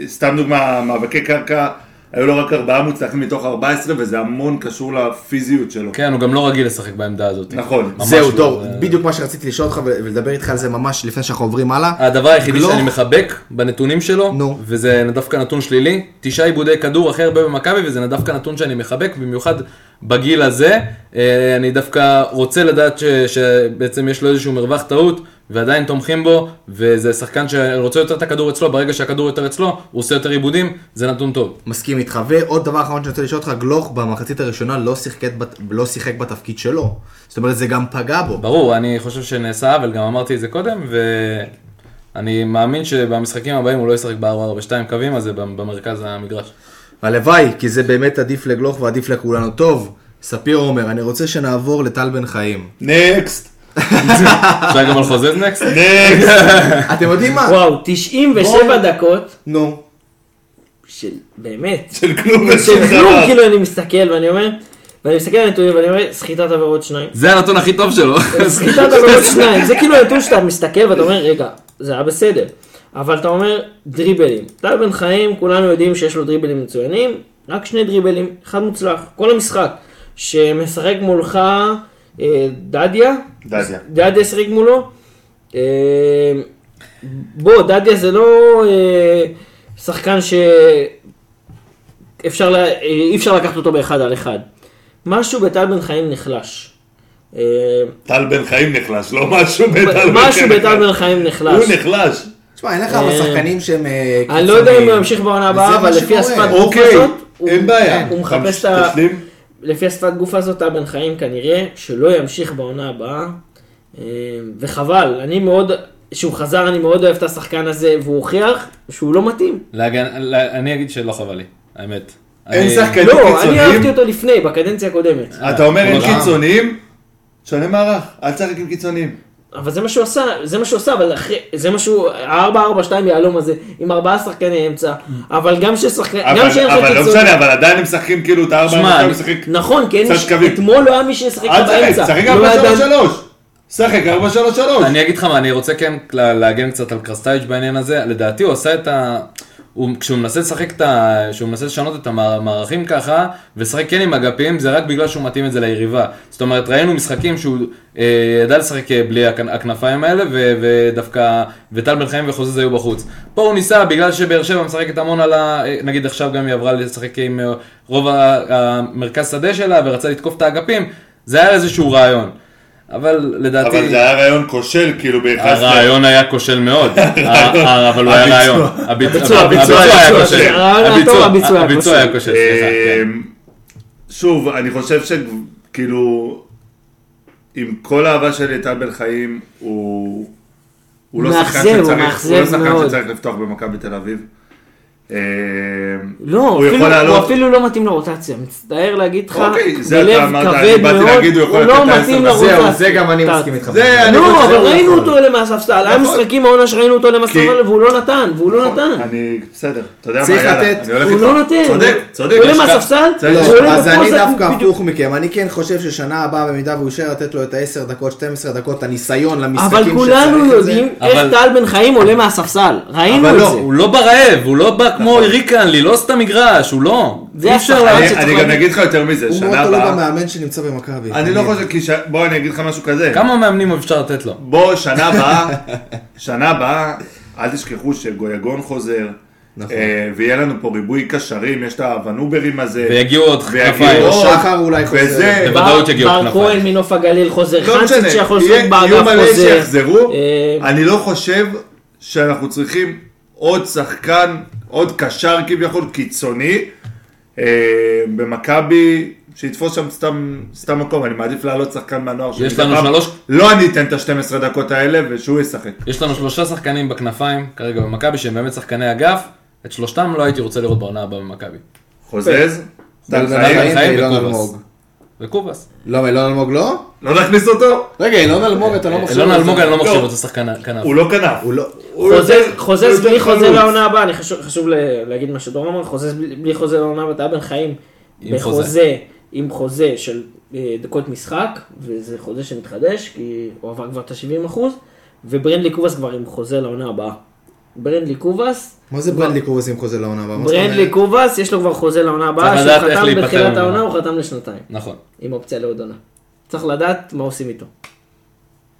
E: סתם דוגמה, מאבקי קרקע, היו לו רק ארבעה מוצלחים מתוך 14, וזה המון קשור לפיזיות שלו.
G: כן, הוא גם לא רגיל לשחק בעמדה הזאת.
E: נכון.
G: ממש
I: זהו,
G: לא,
I: דור,
G: זה-
I: בדיוק מה שרציתי לשאול אותך ו- ולדבר איתך על זה ממש לפני שאנחנו עוברים הלאה.
G: הדבר היחידי
E: לא.
I: גלוך.
G: שאני מחבק בנתונים שלו,
I: נו.
G: וזה דווקא נתון שלילי, תשעה עיבודי כדור הכי הרבה במכבי, וזה דווקא נתון שאני מחבק, במיוחד בגיל הזה. אה, אני דווקא רוצה לדעת ש, שבעצם יש לו איזשהו מרווח טעות, ועדיין תומכים בו, וזה שחקן שרוצה יותר את הכדור אצלו, ברגע שהכדור יותר אצלו, הוא עושה יותר עיבודים, זה נתון טוב.
I: מסכים איתך. ועוד דבר אחרון שאני רוצה לשאול אותך, גלוך במחצית הראשונה לא שיחק בת- לא שיחק בתפקיד שלו. זאת אומרת, זה גם פגע בו.
G: ברור, אני חושב שנעשה עוול, גם אמרתי את זה קודם, ואני מאמין שבמשחקים הבאים הוא לא ישחק ב-4-4-2 קווים, אז זה במרכז המגרש.
I: הלוואי, כי זה באמת עדיף לגלוך ועדיף לכולנו. טוב, ספיר עומר, אני רוצה שנעבור לטל בן חיים.
E: נקסט,
G: אפשר גם על חוזז נקסט?
E: נקסט.
I: אתם יודעים מה?
F: וואו, 97 דקות
I: נו.
F: של באמת,
E: של כלום
F: של
E: ושום
F: כלום,
E: דבר.
F: כאילו אני מסתכל ואני אומר, ואני מסתכל על הנתונים ואני אומר, סחיטת עבירות שניים.
G: זה הנתון הכי טוב שלו.
F: סחיטת עבירות שניים, זה כאילו הנתון שאתה מסתכל ואתה אומר, רגע, זה היה בסדר. אבל אתה אומר, דריבלים. טל בן חיים, כולנו יודעים שיש לו דריבלים מצוינים, רק שני דריבלים, אחד מוצלח, כל המשחק. שמשחק מולך אה, דדיה,
E: דדיה.
F: דדיה שיחק מולו. אה, בוא, דדיה זה לא אה, שחקן ש... אפשר, לה- אי אפשר לקחת אותו באחד על אחד. משהו בטל בן חיים נחלש. אה,
E: טל בן חיים נחלש, לא משהו בטל בן חיים.
F: משהו בטל
E: נחלש.
F: בן חיים
E: הוא
F: נחלש.
E: נחלש.
I: תשמע, אין לך אבל שחקנים שהם... אה,
F: אני לא יודע אם הוא
I: קיצוניים.
F: ימשיך בעונה
I: וזה
F: הבאה,
I: מה
F: אבל לפי
I: שקורה.
F: השפת גוף
E: אוקיי,
F: הזאת, הוא-
E: אין בעיה.
F: הוא מחפש את ה...
E: תשלים.
F: לפי השפת גוף הזאת, טל בן חיים כנראה שלא ימשיך בעונה הבאה, אה, וחבל, אני מאוד, כשהוא חזר אני מאוד אוהב את השחקן הזה, והוא הוכיח שהוא לא מתאים.
G: להגן- לה- אני אגיד שלא חבל לי, האמת.
E: אין
G: אני-
E: שחקנים
F: לא, אני אהבתי
E: קיצוניים.
F: אותו לפני, בקדנציה הקודמת,
E: אתה אומר אין
G: אה.
E: קיצוניים, שונה מערך, אל תשחק עם קיצוניים.
F: אבל זה מה שהוא עשה, זה מה שהוא עשה, אבל אחרי, זה מה שהוא, ה-4-4-2 יהלום הזה, עם ארבעה שחקני אמצע, אבל גם ששחקן, גם שאין
E: Mm. אבל
F: לך
E: אבל לא
F: קיצוני-
E: משנה, אבל עדיין הם משחקים כאילו את הארבע,
G: שמע,
E: הם
G: אני-
E: משחקים.
F: נכון, כי אין
E: קצת
F: מי ש-
E: קווים.
F: אתמול לא היה מי שישחק
E: אל תשחק,
F: באמצע.
E: תשחק
F: לא היה אדם-
E: 433! שחק 433!
G: אני אגיד לך מה, אני רוצה כן לה- להגן קצת על קרסטייג' בעניין הזה, לדעתי הוא עשה את ה... הוא, כשהוא מנסה לשחק את ה... כשהוא מנסה לשנות את המערכים ככה, ולשחק כן עם אגפים, זה רק בגלל שהוא מתאים את זה ליריבה. זאת אומרת, ראינו משחקים שהוא אה, ידע לשחק אה, בלי הכ- הכנפיים האלה, ו, ודווקא... וטל בן חיים וחוזז היו בחוץ. פה הוא ניסה, בגלל שבאר שבע משחקת המון על ה... אה, נגיד עכשיו גם היא עברה לשחק עם אה, רוב ה- המרכז שדה שלה, ורצה לתקוף את האגפים, זה היה איזשהו רעיון. אבל לדעתי...
E: אבל זה היה רעיון כושל, כאילו ביחס... ל-
G: הרעיון היה כושל מאוד, ה- אבל הוא היה
E: הביצוע.
G: רעיון.
F: הביצוע,
G: הביצוע
F: הביצוע,
G: היה
F: הביצוע.
G: כושל.
F: הרעיון היה טוב, הביצוע היה
G: הביצוע היה
F: כושל.
G: כושל, סליחה. כן.
E: אמ, שוב, אני חושב שכאילו, עם כל האהבה שלי לטל בן חיים, הוא... הוא לא שחקן
F: מאכזב, הוא
E: שצריך, הוא לא
F: מאכזב
E: שחקן
F: מאוד.
E: שצריך לפתוח במכבי תל אביב. אמ,
F: לא,
E: הוא
F: אפילו-
E: יכול
F: הוא
E: לעלות,
F: אפילו לא מתאים לרוטציה, מצטער להגיד לך,
E: אוקיי, זה
F: בלב
E: אתה אמרת, אני
F: כבד
E: באתי
F: מאוד,
E: להגיד, הוא יכול
F: הוא
E: לתת את
F: לא
E: ה-עשר
F: מתאים
E: דקות.
F: לרוטציה.
I: זהו, זה גם אני מסכים איתך.
E: זה, אני
F: לא,
E: חושב-
F: אבל ראינו אותו אלה מהספסל, היה משחקים העונה שראינו אותו אלה מהספסל
E: נכון. כי-
F: והוא לא נתן, והוא לא נתן,
E: אני, בסדר, אתה יודע מה,
I: צריך
E: יאללה,
I: לתת-
E: אני הולך
F: הוא
E: איתך.
F: לא נותן,
E: צודק, צודק.
F: הוא
E: יש
F: עולה
E: לך-
F: מהספסל,
E: צודק.
F: הוא עולה
I: לא, אז אני
F: בפוזק,
I: דווקא
F: בדיוק.
I: הפוך מכם, אני כן חושב ששנה הבאה במידה והוא יישאר לתת לו את ה-10 דקות, 12 דקות, הניסיון למשחקים
F: אבל כולנו
I: שצריך את זה.
F: יודעים
G: אבל-
F: איך טל בן חיים עולה מהספסל, ראינו
I: אבל
F: את
I: לא,
F: זה.
G: הוא לא ברעב, הוא לא בא כמו אריקנלי, לא סתם מגרש, הוא לא.
F: זה
G: אי אפשר
F: השחקן
G: לה-
E: אני-
F: שצריך
E: אני גם
F: להגיד.
E: אגיד לך יותר מזה,
I: הוא מאוד
E: שנה
I: תלוי
E: הבאה,
I: במאמן שנמצא במכבי.
E: אני לא חושב, כי ש- בוא אני אגיד לך משהו כזה,
G: כמה מאמנים אפשר לתת לו?
E: בוא, שנה הבאה, שנה הבאה, אל תשכחו שגויגון חוזר.
I: נכון.
E: אה, ויהיה לנו פה ריבוי קשרים, יש את הוונוברים הזה.
G: ויגיעו עוד
E: ויגיעו
G: כנפיים.
E: עוד,
I: לא, שחר אולי חוזר.
E: וזה,
G: בוודאי. בוודאות יגיעו
F: בר
G: כנפיים.
F: כהן מנוף הגליל חוזר,
E: לא משנה,
F: חנציק שיחוזר
E: יהיה- יהיו
F: באגף
E: מלא
F: חוזר.
E: שיחזרו.
F: אה,
E: אני לא חושב שאנחנו צריכים עוד שחקן, עוד קשר כביכול קיצוני, אה, במכבי, שיתפוס שם סתם, סתם מקום, אני מעדיף לעלות שחקן מהנוער. שלי.
G: יש לנו
E: גם
G: שלוש-
E: לא אני אתן את ה-12 דקות האלה ושהוא ישחק.
G: יש לנו שלושה שחקנים בכנפיים, כרגע במכבי, שהם באמת שחקני אגף. את שלושתם לא הייתי רוצה לראות בעונה הבאה במכבי.
E: חוזז, דן
I: דן
E: חיים,
I: חיים.
G: חיים
I: ואילון
G: וקובס.
I: אלמוג.
G: וקובס.
I: לא, אילון אלמוג לא?
E: לא להכניס אותו?
I: רגע, אילון אלמוג אתה לא מחשב.
G: אלון
I: אותו.
G: אלמוג אני לא מחשיב
E: לא.
G: אותו שחקן כנף.
E: הוא לא כנף.
I: הוא לא...
E: הוא
F: חוזז-
E: יותר- הוא
F: חוזז
E: יותר
F: בלי חוזה
E: חלוץ.
F: לעונה הבאה, אני חשוב חשוב ל- להגיד מה שדורון אמר, חוזז בלי בלי חוזה לעונה הבאה, אתה היה בן חיים
G: עם חוזה.
F: בחוזה, עם חוזה של אה, דקות משחק, וזה חוזה שמתחדש, כי הוא עבר כבר את ה-70 אחוז, וברנדלי קובאס כבר עם חוזה לעונה הבאה. ברנדלי קובאס,
I: מה זה ברנדלי קורס עם חוזה לעונה הבאה? מה זאת
F: ברנדלי
I: אומרת?
F: קובאס יש לו כבר חוזה לעונה הבאה,
G: צריך
F: שהוא
G: לדעת איך
F: חתם
G: להיפטר
F: בתחילת
G: ממנו.
F: העונה, הוא חתם לשנתיים,
G: נכון.
F: עם אופציה לעוד עונה. צריך לדעת מה עושים איתו.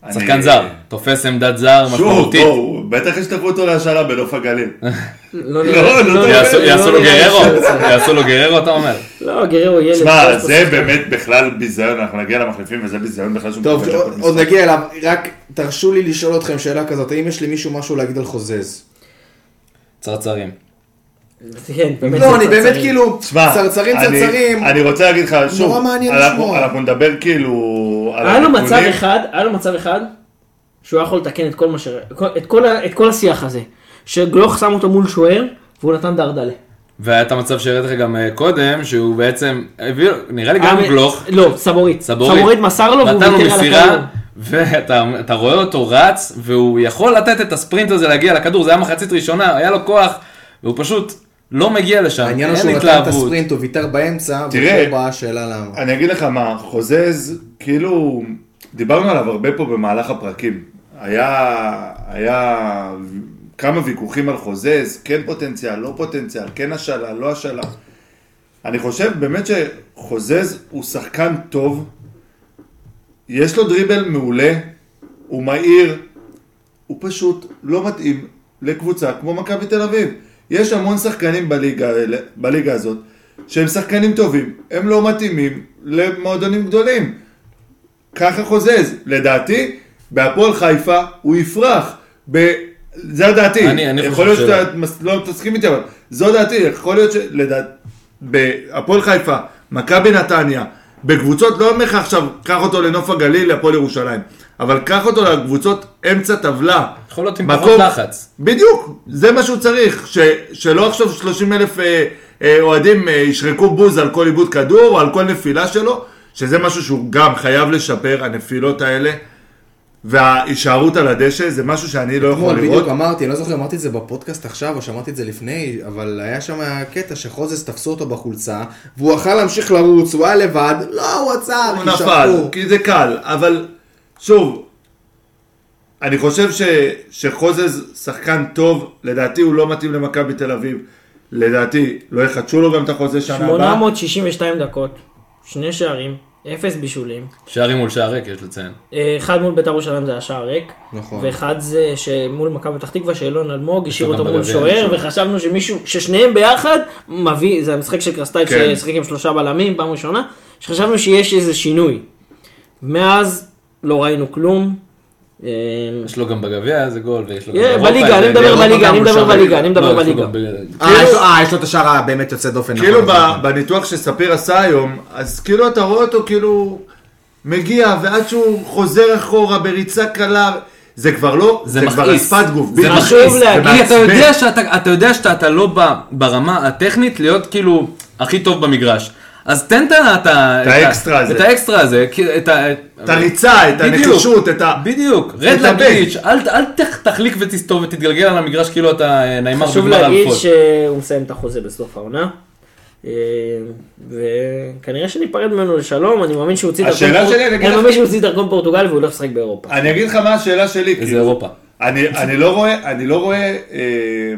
E: אני-
G: שחקן זר. תופס עמדת זר
E: שוב,
G: משמעותית.
E: בואו, בטח ישלחו אותו להשאלה בנוף הגליל.
F: לא
E: לא,
F: נראה
E: לא,
F: לא
G: יעשו-
F: נראה-
G: יעשו
F: לא
G: לו
F: נראה לי שהוא
G: גררו,
F: יצא.
G: יעשו לו גררו אתה אומר.
F: לא, גררו ילד.
E: שמע,
F: טוב,
E: זה באמת בכלל ביזיון, אנחנו נגיע למחליפים וזה ביזיון בכלל שהוא
I: טוב,
E: מקבל דקות
I: עוד
E: משחק.
I: נגיע אליו, רק תרשו לי לשאול אתכם שאלה כזאת, האם יש למישהו משהו להגיד על חוזז?
G: צרצרים.
F: כן, באמת.
I: לא,
F: זה
I: אני באמת
F: צרצרים.
I: כאילו,
E: שמע,
I: צרצרים
E: אני-
I: צרצרים,
E: אני רוצה להגיד לך, שוב,
I: נורא מעניין
E: אנחנו-
I: לשמוע.
E: אנחנו נדבר כאילו על
F: היה לו מצב
E: הנתונים.
F: אחד, היה לו מצב אחד, שהוא היה יכול לתקן את כל מה ש... את כל, ה- את כל השיח הזה. שגלוך שם אותו מול שוער, והוא נתן דרדלה.
G: והיה את המצב שהראיתי לך גם אה, קודם, שהוא בעצם הביא, נראה לי גם
F: היה-
G: גלוך,
F: לא, סבורית.
G: סבורית.
F: סבורית מסר לו, והוא
G: נתן לו
F: ויתר על הכדור.
G: מסירה, ואתה אתה רואה אותו רץ, והוא יכול לתת את הספרינט הזה להגיע לכדור, זה היה מחצית ראשונה, היה לו כוח, והוא פשוט לא מגיע לשם,
I: העניין הוא
G: אין
I: שהוא נתן את
G: התלהבות.
I: הספרינט, הוא ויתר באמצע,
E: תראה.
I: ופה באה השאלה למה.
E: אני אגיד לך מה, חוזז, כאילו, דיברנו עליו הרבה פה במהלך הפרקים. היה, היה כמה ויכוחים על חוזז, כן פוטנציאל, לא פוטנציאל, כן השאלה, לא השאלה. אני חושב באמת שחוזז הוא שחקן טוב, יש לו דריבל מעולה, הוא מהיר, הוא פשוט לא מתאים לקבוצה כמו מכבי תל אביב. יש המון שחקנים בליגה, האלה- בליגה הזאת שהם שחקנים טובים, הם לא מתאימים למועדונים גדולים. ככה חוזז. לדעתי, בהפועל חיפה הוא יפרח. ב... זה דעתי.
G: אני- אני
E: יכול להיות
G: חושב
E: שאתה מס- לא תסכים איתי, אבל זו דעתי. יכול להיות שלדעת... בהפועל חיפה, מכבי נתניה, בקבוצות, לא אומר לך עכשיו, קח אותו לנוף הגליל, להפועל ירושלים, אבל קח אותו לקבוצות אמצע טבלה.
G: יכול להיות עם פחות
E: מקום-
G: לחץ.
E: בדיוק, זה מה שהוא צריך, ש, שלא עכשיו 30 אלף אה, אה, אוהדים אה, ישרקו בוז על כל עיבוד כדור או על כל נפילה שלו, שזה משהו שהוא גם חייב לשפר, הנפילות האלה, וההישארות על הדשא, זה משהו שאני לא יכול
I: אתמול
E: לראות.
I: בדיוק אמרתי, אני לא זוכר, אמרתי את זה בפודקאסט עכשיו, או שמעתי את זה לפני, אבל היה שם קטע שחוזז תפסו אותו בחולצה, והוא אכל להמשיך לרוץ, הוא היה לבד, לא, הוא עצר,
E: הוא
I: כי אה,
E: נפל,
I: שפטו.
E: כי זה קל, אבל שוב, אני חושב ש, שחוזז שחקן טוב, לדעתי הוא לא מתאים למכבי תל אביב, לדעתי לא יחדשו לו גם את החוזה שנה הבאה.
F: 862 דקות, שני שערים, אפס בישולים.
G: שערים מול שער ריק, יש לציין.
F: אה, אחד מול בית"ר ירושלים זה היה שער ריק.
I: נכון.
F: ואחד זה שמול מכבי פתח תקווה שאילון אלמוג השאיר
G: גם
F: אותו מול
G: בגביע
F: שוער,
G: הראשון.
F: וחשבנו שמישהו, ששניהם ביחד, מביא, זה המשחק של קרסטייל
E: כן.
F: ששיחק עם שלושה בלמים, פעם ראשונה, שחשבנו שיש איזה שינוי. מאז לא ראינו כלום. אה,
G: יש לו גם בגביע איזה גול, ויש לו גם
F: אה,
G: באירופה,
F: בליגה, אני
G: איזה-
F: מדבר
G: באירופה
F: בליגה,
G: גם
F: אני
G: הוא
F: מדבר
G: שער ריק.
F: בליגה, אני מדבר
G: לא, יש לו
F: בליגה.
G: גם ב-
I: אה, יש לו- אה, יש לו את השער הבאמת יוצא דופן.
E: כאילו
I: נכון, נכון.
E: ב- בניתוח שספיר עשה היום, אז כאילו אתה רואה אותו כאילו מגיע, ועד שהוא חוזר אחורה בריצה קלה, זה כבר לא,
G: זה
E: זה, כבר
G: מכעיס.
E: הספת גוף.
G: זה
E: בדיוק.
G: מכעיס.
F: חשוב להגיד-
E: זה
G: כי אתה יודע
E: מעצבן.
G: שאתה, אתה יודע שאתה אתה לא ב, ברמה הטכנית להיות כאילו הכי טוב במגרש. אז תן את ה... את ה- את ה-
E: האקסטרה הזה.
G: את האקסטרה הזה. כי- את ה...
E: את הריצה, את
G: בדיוק.
E: הנחישות, את ה...
G: בדיוק. רד
E: את הבן.
G: לגליץ', אל, אל תח- תחליק ותסתובב ותתגלגל על המגרש כאילו אתה אה, נעימר
F: חשוב
G: בגמר
F: להגיד
G: האלופות.
F: שהוא מסיים את החוזה בסוף העונה. אה, וכנראה שניפרד ממנו לשלום, אני מאמין שהוא הוציא דרכון
E: השאלה שלי, אני
F: פורטוגל,
E: אגיד
F: אני
E: לך-
F: מאמין שהוא הוציא דרכון פורטוגל והוא לא ישחק באירופה.
E: אני אגיד לך מה השאלה שלי.
G: איזה
E: כאילו.
G: אירופה.
E: אני, אני לא רואה, אני לא רואה, אה,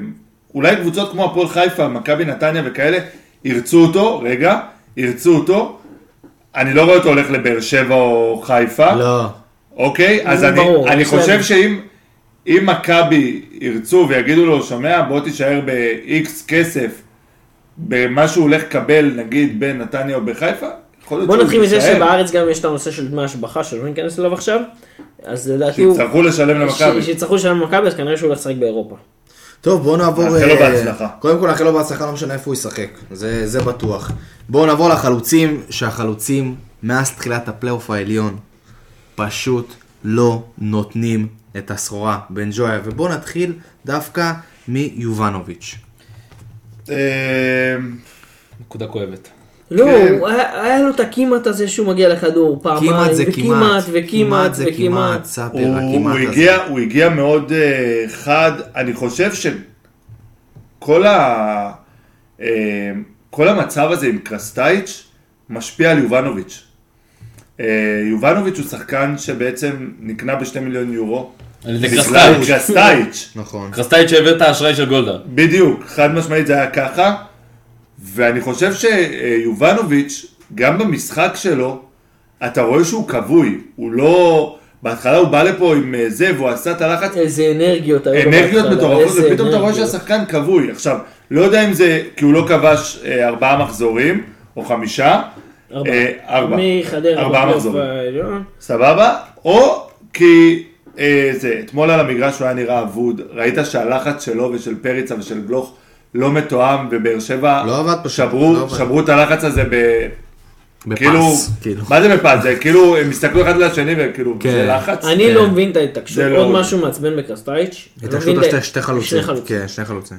E: אולי קבוצות כמו הפועל חיפה, מכבי נתניה וכאלה, ירצו אותו, רגע, ירצו אותו. אני לא רואה אותו הולך לבאר שבע או חיפה.
I: לא.
E: אוקיי? אז אני,
F: ברור,
E: אני
F: יש להם-
E: חושב שאם אם מכבי ירצו ויגידו לו, שומע, בוא תישאר ב-X כסף, במה שהוא הולך לקבל, נגיד, בנתניה או בחיפה, יכול להיות
F: בוא נתחיל מזה
E: יישאר.
F: שבארץ גם יש את הנושא של דמי השבחה, שלא ניכנס אליו עכשיו, אז לדעתי הוא...
E: יצטרכו לשלם למכבי.
F: ש- שיצטרכו לשלם למכבי, אז כנראה שהוא הולך לשחק באירופה.
I: טוב, בואו נעבור...
E: נאחל לו
I: אה,
E: בהצלחה.
I: קודם כל, נאחל לו בהצלחה, לא משנה איפה הוא ישחק. זה זה בטוח. בואו נעבור לחלוצים, שהחלוצים, מאז תחילת הפלייאוף העליון, פשוט לא נותנים את הסחורה בן ג'ויה. ובואו נתחיל דווקא מיובנוביץ'.
E: אה,
G: נקודה כואבת.
F: לא,
E: כן.
F: הוא היה היה לו את הכמעט הזה שהוא מגיע לכדור פעמיים,
A: כמעט זה כמעט,
F: וכמעט, וכמעט,
A: זה
F: וכמעט.
A: כמעט, ספיר,
E: הוא,
A: הכמעט
E: הוא,
A: הזה.
E: הגיע, הוא הגיע מאוד אה, חד, אני חושב שכל ה, אה, כל המצב הזה עם קרסטייץ' משפיע על יובנוביץ'. אה, יובנוביץ' הוא שחקן שבעצם נקנה בשתי מיליון יורו.
G: על ידי
E: בגלל
G: קרסטייץ'.
E: קרסטייץ'.
A: נכון.
G: קרסטייץ' שהעביר את האשראי של גולדהר.
E: בדיוק, חד משמעית זה היה ככה, ואני חושב שיובנוביץ', גם במשחק שלו, אתה רואה שהוא כבוי, הוא לא... בהתחלה הוא בא לפה עם אה, זה, והוא עשה את הלחץ,
F: איזה אנרגיות היו לו
E: אנרגיות
F: בהתחלה,
E: מטורפות,
F: איזה
E: ופתאום אתה רואה
F: אנרגיות.
E: שהשחקן כבוי. עכשיו, לא יודע אם זה כי הוא לא כבש אה, ארבעה מחזורים, או חמישה,
F: ארבע.
E: אה, ארבע,
F: מחדרה, אה, לא?
E: ארבעה
F: בפלייאוף
E: מחזורים,
F: העליון.
E: סבבה? או כי אה, זה, אתמול על המגרש הוא היה נראה אבוד, ראית שהלחץ שלו ושל פריצה ושל גלוך לא מתואם, ובאר שבע
A: לא עבד פשוט,
E: שברו,
A: לא עבד.
E: שברו את הלחץ הזה ב...
A: בפס,
E: כאילו,
A: כאילו.
E: מה זה בפס? זה כאילו, הם הסתכלו אחד על השני וכאילו,
A: כן.
E: זה לחץ?
F: אני לא מבין את ההתעקשות,
E: זה לא
F: עוד
E: הוא.
F: משהו מעצבן בקרסטייץ'. אני לא
A: התעקשות
F: מבין
A: על
F: את ה-
A: שתי- שתי חלוצים.
F: שני חלוצים.
A: כן, שני חלוצים.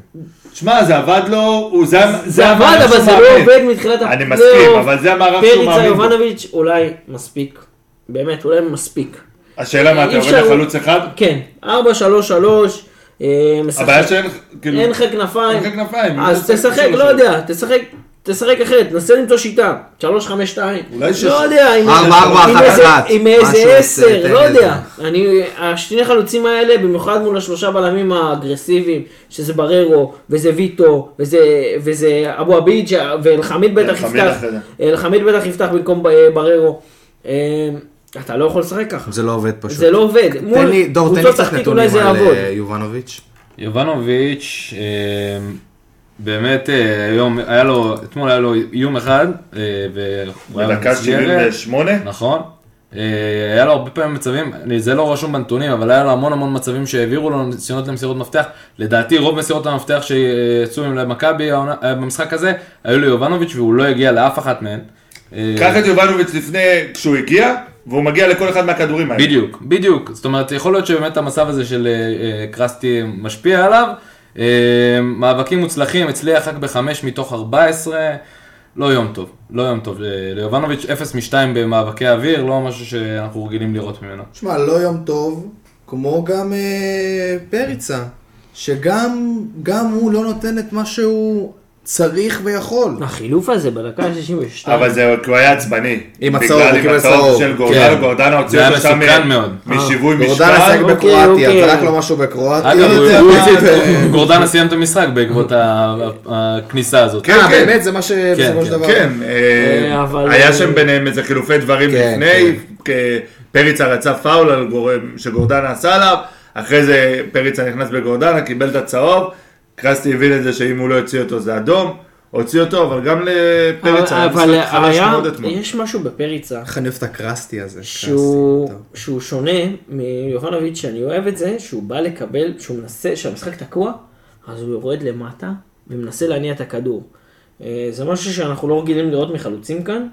E: שמע, זה עבד לו, הוא זה...
F: זה עבד,
E: המערך
F: אבל
E: שהוא
F: זה
E: מאמין.
F: לא עובד מתחילת
E: אני
F: הפלייאוף.
E: מסכים, אבל זה המערך שהוא
F: פריצה
E: מאמין בו.
F: יובנוביץ' אולי מספיק. באמת, אולי מספיק.
E: השאלה מה, אתה
F: אי
E: יורד
F: אפשר-
E: לחלוץ אחד?
F: כן, 4-3-3. אה, משחק-
E: הבעיה שאין, כאילו,
F: אין לך כנפיים.
E: אין לך כנפיים.
F: אז
E: לא
F: תשחק,
E: צריך-
F: לא יודע, תשחק. תשחק אחרת, תנסה למצוא שיטה, 3-5-2,
E: אולי שש.
F: לא יודע, עם
A: ארבע, ארבע,
F: עם
A: אחת,
F: איזה-
A: אחת.
F: עם
A: משהו, כן,
F: איזה
A: תן
F: עשר, לא
A: איזה.
F: יודע, אני, השני חלוצים האלה, במיוחד מול השלושה בלמים האגרסיביים, שזה בררו, וזה ויטו, וזה, וזה אבו עביד, ש- ואלחמיד בטח
E: אלחמיד
F: יפתח,
E: אחרי זה.
F: אלחמיד בטח יפתח במקום ב- אה, בררו, אה, אתה לא יכול לשחק ככה,
A: זה לא עובד פשוט.
F: זה לא עובד, מול
A: תן לי, דור, תן לי
F: קבוצות
A: קצת
F: תחתית אולי
A: נתונים
F: זה
A: על
F: יעבוד,
A: אה, יובנוביץ'.
G: יובנוביץ', אה, באמת אה, היום, היה לו, אתמול היה לו איום אחד, אה, והוא היה
E: בדקה
G: במסגרת.
E: 78?
G: נכון. אה, היה לו הרבה פעמים מצבים, אני- זה לא רשום בנתונים, אבל היה לו המון המון מצבים שהעבירו לו ניסיונות למסירות מפתח. לדעתי רוב מסירות המפתח שיצאו למכבי העונה- אה, במשחק הזה, היו ליובנוביץ' והוא לא הגיע לאף אחת מהן. אה,
E: קח את יובנוביץ' לפני, כשהוא הגיע, והוא מגיע לכל אחד מהכדורים האלה.
G: בדיוק, בדיוק. זאת אומרת, יכול להיות שבאמת המצב הזה של אה, אה, קרסטי משפיע עליו. אה, מאבקים מוצלחים, הצליח רק בחמש מתוך 14. לא יום טוב, לא יום טוב. אה, ליובנוביץ' 0 מ-2 במאבקי אוויר, לא משהו שאנחנו רגילים לראות ממנו.
I: שמע, לא יום טוב, כמו גם אה, פריצה, שגם גם הוא לא נותן את מה שהוא צריך ויכול.
F: החילוף הזה בדקה ה-62,
E: אבל זה, כי הוא היה עצבני.
I: עם
E: בגלל-
I: הצהוב, הוא קיבל צהוב.
E: של
G: כן.
E: גורדנה, גורדנה הוציא
G: זה היה
E: אותו שם
G: מסוכן
E: מ-
G: מאוד.
E: משיווי
I: גורדן
E: משקל.
I: עסק
F: אוקיי,
I: בקרואטיה,
F: אוקיי.
I: זרק לו משהו
A: אה,
I: בקרואטיה. אה,
G: אגב, הוא- לא-
I: זה
G: הוא
I: מה-
G: הוציא
I: זה-
G: את- גורדנה סיים את המשחק בעקבות ה- הכניסה הזאת.
E: כן,
I: אה, באמת, זה מה ש... בסופו של
G: כן.
I: דבר.
E: כן, אה,
F: אה, אבל-
E: היה שם ביניהם איזה חילופי דברים
I: כן,
E: לפני, כ- פריצה רצה פאול על גורם שגורדנה עשה עליו, אחרי זה פריצה נכנס בגורדנה, קיבל את הצהוב, קרסטי הבין את זה שאם הוא לא יוציא אותו זה אדום, הוציא אותו, אבל גם לפריצה היה
F: אבל
E: משחק חלש
F: היה,
E: מאוד אתמול.
F: יש משהו בפריצה,
I: איך אני אוהב את הקרסטי הזה.
F: שהוא,
I: קרסטי,
F: שהוא שונה מיובנוביץ', שאני אוהב את זה, שהוא בא לקבל, שהוא מנסה, שהמשחק תקוע, אז הוא יורד למטה ומנסה להניע את הכדור. אה, זה משהו שאנחנו לא רגילים לראות מחלוצים כאן.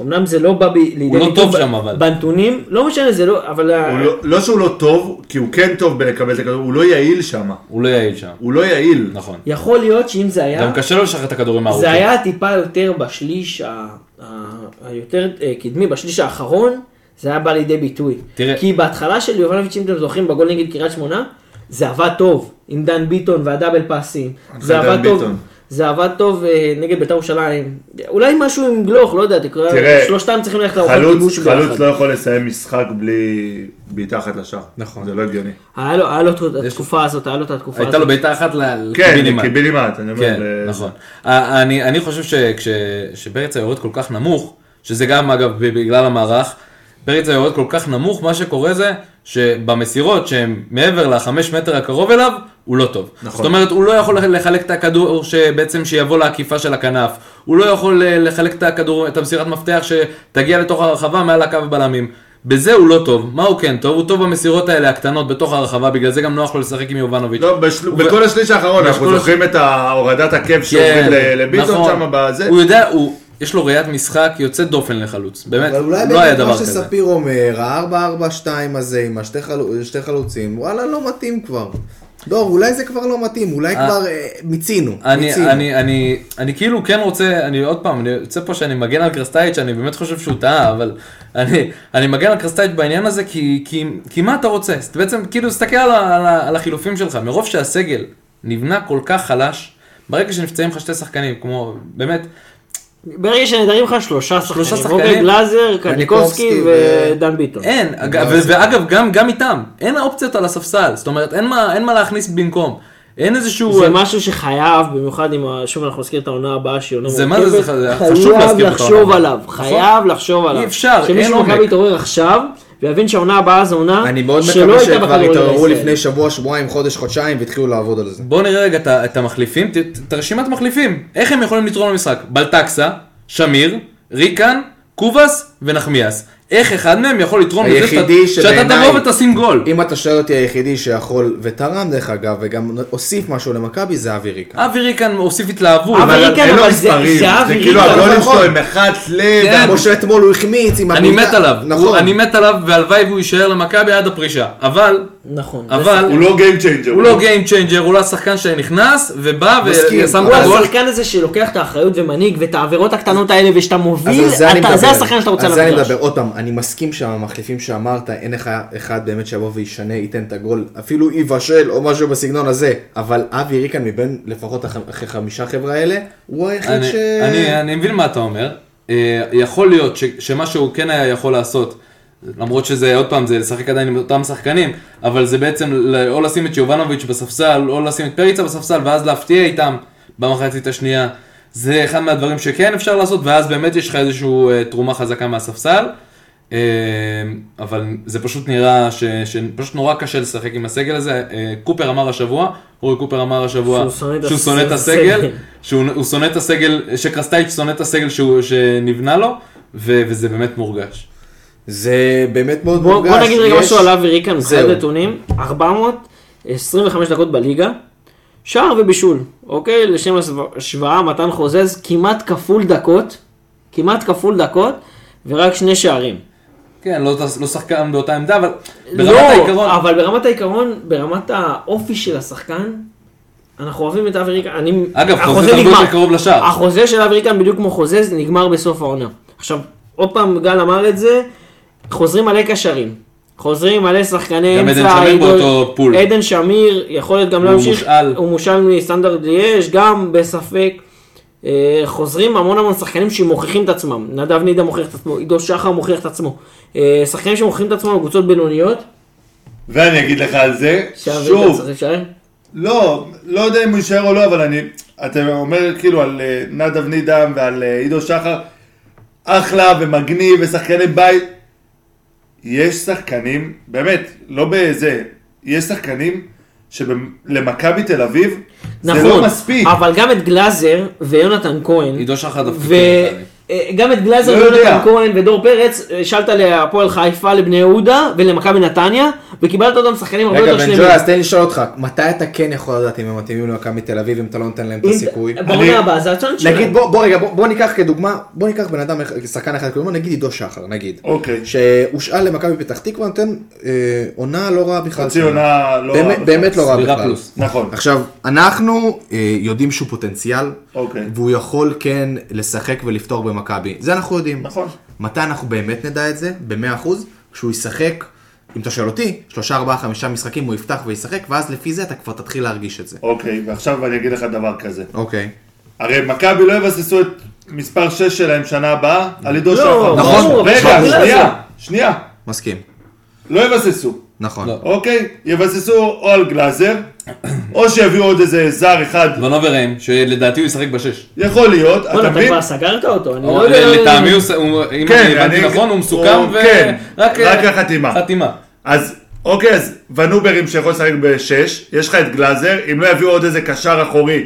F: אמנם זה לא בא ב- לידי
G: הוא לא
F: ביטוי
G: טוב
F: ב-
G: שם, אבל.
F: בנתונים, לא משנה, זה לא, אבל...
E: הוא לא- לא שהוא לא טוב, כי הוא כן טוב בלקבל את הכדור, הוא לא יעיל שם.
G: הוא לא יעיד שם,
E: הוא לא יעיל.
G: נכון.
F: יכול להיות שאם זה היה...
G: גם קשה לו לשחרר את הכדורים
E: אוקיי.
G: הארוכים.
F: זה היה טיפה יותר בשליש ה- ה- היותר אה, קדמי, בשליש האחרון, זה היה בא לידי ביטוי.
G: תראה-
F: כי בהתחלה של יובנוביץ', אם אתם זוכרים, בגול נגד קריית שמונה, זה עבד טוב, עם דן ביטון והדאבל פאסים. זה
E: דן
F: עבד טוב.
E: ביטון.
F: זה עבד טוב אה, נגד בית"ר ירושלים. אולי משהו עם גלוך, לא יודע, תקרא,
E: תראה,
F: שלושתם צריכים ללכת לארוחת
E: חלוץ,
F: כיבוש
E: חלוץ
F: ביחד.
E: לא יכול לסיים משחק בלי בעיטה אחת לשער. נכון. זה לא הגיוני.
F: היה לו- היה לו את התקופה הזאת, היה לו את התקופה הזאת.
G: הייתה לו בעיטה אחת ל-
E: כן,
G: לקיבינימט.
E: קיבינימט, אני אומר.
G: כן,
E: ל-
G: נכון. אה, אני, אני חושב שכשפריצה יורד כל כך נמוך, שזה גם אגב ב- בגלל המערך, פריצה יורד כל כך נמוך, מה שקורה זה שבמסירות שהן מעבר לחמש מטר הקרוב אליו, הוא לא טוב. נכון. זאת אומרת, הוא לא יכול לחלק את הכדור שבעצם שיבוא לעקיפה של הכנף. הוא לא יכול אה, לחלק את הכדור, את המסירת מפתח שתגיע לתוך הרחבה מעל הקו הבלמים. בזה הוא לא טוב, מה הוא כן טוב? הוא טוב במסירות האלה הקטנות בתוך הרחבה, בגלל זה גם נוח לו לשחק עם יובנוביץ'.
E: לא, בשל- בכל השליש האחרון אנחנו
G: בכל נכון.
E: זוכרים את ה- הורדת הכאב שעובד לביטון שם בזה.
G: כן, הוא יודע, הוא, יש לו ראיית משחק יוצאת דופן לחלוץ, באמת,
I: אבל אולי
G: לא היה
I: באמת
G: דבר
I: כמו
G: כזה.
I: שספיר אומר, ה-442 הזה עם השתי חלו- שתי חלוצים, וואלה, לא מתאים כבר.
A: דור, אולי זה כבר לא מתאים, אולי
G: אה.
A: כבר אה, מיצינו.
G: אני,
A: מיצינו.
G: אני, אני, אני כאילו כן רוצה, אני עוד פעם, אני יוצא פה שאני מגן על קרסטייץ', אני באמת חושב שהוא טעה, אבל אני, אני מגן על קרסטייץ' בעניין הזה, כי, כי, כי מה אתה רוצה? אז בעצם, כאילו, תסתכל על, ה- על, ה- על החילופים שלך, מרוב שהסגל נבנה כל כך חלש, ברגע שנפצעים לך שתי שחקנים, כמו, באמת,
F: ברגע שנדרים לך שלושה
G: שחקנים.
F: שחקנים, רובי גלאזר, קניקובסקי
A: ו-
F: ודן ביטון.
G: אין, אג-
A: לא
G: ו- ואגב, גם, גם איתם, אין אופציות על הספסל, זאת אומרת, אין מה, אין מה להכניס במקום, אין איזשהו...
F: זה משהו שחייב, במיוחד אם, ה- שוב אנחנו נזכיר את העונה הבאה שהיא עונה
G: זה מה
F: מורכבת,
G: זה, זה- זה- חשוב
F: חייב
G: להזכיר את
F: לחשוב
G: העונה.
F: עליו,
A: נכון?
F: חייב לחשוב עליו.
G: אפשר, אין
F: שמישהו
G: עומק.
F: מכבי יתעורר עכשיו, ויבין שהעונה הבאה זו עונה
A: אני מאוד
F: שלא
A: מקווה
F: הייתה
A: שכבר
F: בכדורגל
A: יתעוררו
F: הישראלי.
A: לפני שבוע, שבועיים, חודש, חודשיים והתחילו לעבוד על זה.
G: בואו נראה רגע את ה- את המחליפים, ת- ת- את הרשימת מחליפים, איך הם יכולים לתרום למשחק? בלטקסה, שמיר, ריקן, קובאס ונחמיאס. איך אחד מהם יכול לתרום לזה
A: היחידי
G: שאתה- שאתה
A: שבעיניי-
G: תבוא ותשים גול?
A: אם אתה שואל אותי היחידי שיכול ותרם דרך אגב וגם הוסיף משהו למכבי זה אבי ריקה.
G: אבי ריקן הוסיף התלהבות.
F: אבל-
E: אבל
F: ריקן,
E: אין לו
F: אבל זה-
E: מספרים,
F: זה
E: זה
F: אבי
E: כאילו
F: ריקן.
E: הגולים
A: נכון.
E: שלו הם מחץ לב,
G: כן.
A: כמו שאתמול הוא החמיץ עם
G: אני
A: הבעיטה.
G: מת עליו, הוא-
A: נכון.
G: אני מת עליו והלוואי והוא יישאר למכבי עד הפרישה. אבל,
F: נכון.
G: אבל,
E: הוא לא גיים צ'יינג'ר,
G: הוא לא גיים צ'יינג'ר, הוא לא השחקן שנכנס ובא
A: נכון. מסכים.
G: ושם
F: הוא
G: את הגול.
F: השחקן הזה שלוקח את האחריות ומנהיג ואת העבירות הקטנות האלה ושאתה
A: אז
F: מוביל,
A: על זה אני
F: אתה-
A: מדבר.
F: זה השחקן שאתה רוצה
A: על זה אני
F: למגרש.
A: מדבר. עוד פעם, אני מסכים שהמחליפים שאמרת, אין לך אחד באמת שיבוא וישנה, ייתן את הגול, אפילו יבשל או משהו בסגנון הזה, אבל אבי ריקן מבין לפחות הח- הח- חמישה חבר'ה האלה, הוא היחיד
G: אני,
A: ש...
G: אני, אני מבין מה אתה אומר. אה, יכול להיות ש, שמה שהוא כן היה יכול לעשות, למרות שזה, עוד פעם, זה לשחק עדיין עם אותם שחקנים, אבל זה בעצם ל- או לשים את יובנוביץ' בספסל, או לשים את פריצה בספסל, ואז להפתיע איתם במחצית השנייה. זה אחד מהדברים שכן אפשר לעשות, ואז באמת יש לך איזושהי תרומה חזקה מהספסל. אה, אבל זה פשוט נראה ש... שפשוט נורא קשה לשחק עם הסגל הזה. אה, קופר אמר השבוע, אורי קופר אמר השבוע
F: שהוא שונא את
G: שהוא שונא את
F: הסגל.
G: הסגל, שהוא הוא שונא את הסגל, שקרסטייץ' שונא את הסגל שהוא, שנבנה לו, ו, וזה באמת מורגש.
A: זה באמת מאוד
F: בוא
A: מורגש.
F: בוא נגיד רגע
A: יש-
F: משהו על אבי ריקן, מבחינת
A: זהו.
F: נתונים, 425 דקות בליגה, שער ובישול, אוקיי? לשם השוואה, מתן חוזז כמעט כפול דקות, כמעט כפול דקות, ורק שני שערים.
G: כן, לא, לא שחקן באותה עמדה, אבל ברמת
F: לא,
G: העיקרון,
F: אבל ברמת העיקרון, ברמת האופי של השחקן, אנחנו אוהבים את אבי ריקן, אני...
G: אגב,
F: החוזה
G: חוזז הרבה
F: נגמר.
G: יותר קרוב לשער.
F: החוזה של אבי ריקן, בדיוק כמו חוזז, נגמר בסוף העונה. עכשיו, עוד פעם גל אמר את זה, חוזרים מלא קשרים. חוזרים מלא שחקני
G: גם
F: אמצע,
G: עדן שמיר
F: עידו-
G: באותו פול.
F: עדן שמיר, יכול להיות גם
G: הוא
F: להמשיך,
G: מושאל.
F: הוא מושאל מסטנדרט ליאש, גם בספק. אה, חוזרים המון המון שחקנים שמוכיחים את עצמם, נדב נידה מוכיח את עצמו, עידו שחר מוכיח את עצמו, אה, שחקנים שמוכיחים את עצמם בקבוצות בינוניות,
E: ואני אגיד לך על זה,
F: שאבי ריקן
E: שוב,
F: צריך לשלם.
E: לא, לא יודע אם הוא יישאר או לא, אבל אני... אתה אומר כאילו על אה, נדב נידם ועל אה, עידו שחר, אחלה ומגניב ושחקני בית. יש שחקנים, באמת, לא בזה, יש שחקנים שלמכבי תל אביב
F: נכון,
E: זה לא מספיק.
F: אבל גם את גלאזר ויונתן כהן,
G: עידו שחר דווקא
F: ו-
G: כן, נראה לי.
F: אה, גם את גלאזר
E: לא
F: ויונתן
E: יודע.
F: כהן ודור פרץ, אה, שאלת להפועל חיפה, לבני יהודה ולמכבי נתניה, וקיבלת אותם שחקנים הרבה
A: רגע,
F: יותר
A: בן
F: שלמים.
A: ג'ויה, אז תן לי לשאול אותך, מתי אתה כן יכול לדעת אם הם מתאימים למכבי תל אביב, אם אתה לא נותן להם את
F: אם-
A: הסיכוי?
E: אני-
F: בעונה הבאה זה הצ'אנס שלהם.
A: נגיד בוא, בוא רגע בוא, בוא ניקח כדוגמה בוא ניקח בן אדם אחד- שחקן אחד כדוגמה נגיד עידו שחר נגיד
E: אוקיי.
A: שהושאל למכבי פתח תקווה נותן אה, עונה לא רעה בכלל
E: חצי עונה לא רעה
A: באמת,
E: בכלל.
A: באמת לא רעה
G: סבירה
A: בכלל
G: פלוס.
E: נכון.
A: עכשיו אנחנו אה, יודעים שהוא פוטנציאל
E: אוקיי.
A: והוא יכול כן לשחק ולפתור במכבי זה אנחנו יודעים
E: נכון.
A: מתי אנחנו באמת נדע את זה ב-100% כשהוא ישחק אם אתה שואל אותי שלושה ארבעה חמישה משחקים הוא יפתח וישחק ואז לפי זה אתה כבר תתחיל להרגיש את זה
E: אוקיי, ועכשיו אני אגיד לך דבר כזה.
A: אוקיי
E: הרי מכבי לא יבססו את מספר 6 שלהם שנה הבאה על עידו
F: לא,
E: שחר.
A: נכון. ברור,
E: רגע,
F: אבל זה-
E: שנייה, שנייה.
A: מסכים
E: לא יבססו.
A: נכון
G: לא.
E: אוקיי, יבססו או על גלאזר, או שיביאו עוד איזה זר אחד,
G: ונוברהיים, שלדעתי הוא ישחק בשש.
E: יכול להיות,
F: בואנה,
E: אתה
F: אתה
E: מבין?
F: כבר סגרת אותו, אני לא
G: או-
F: יודע.
G: לטעמי, הוא ס- הוא- אם
E: כן,
G: אני הבנתי
E: אני-
G: נכון, הוא
E: הוא-
G: מסוכם, ו-
E: כן,
G: רק, אה,
E: רק החתימה.
G: חתימה.
E: אז אוקיי, אז ונוברים שיכול לשחק בשש, יש לך את גלאזר, אם לא יביאו עוד איזה קשר אחורי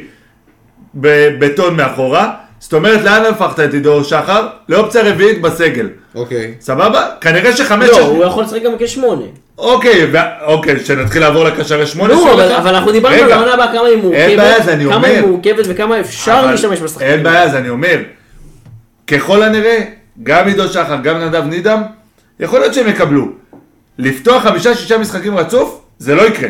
E: בבטון מאחורה, זאת אומרת, לאן הפכת את עידו שחר? לאופציה רביעית בסגל.
A: אוקיי
E: סבבה? כנראה שחמש...
F: לא,
E: שש-
F: הוא יכול לשחק גם כשמונה.
E: אוקיי, ו- אוקיי, שנתחיל לעבור לקשר השמונה
F: נו,
E: שלך?
F: אבל- אבל אנחנו דיברנו
E: לא, רגע,
F: על העונה הבאה כמה היא
E: אין בעיה, אז אני
F: מורכבת, כמה היא
E: אומר.
F: מורכבת וכמה אפשר
E: אבל-
F: להשתמש לא בשחקנים.
E: אין בעיה, אז אני אומר, ככל הנראה, גם עידו שחר, גם נדב נידם, יכול להיות שהם יקבלו. לפתוח חמישה-שישה משחקים רצוף, זה לא יקרה.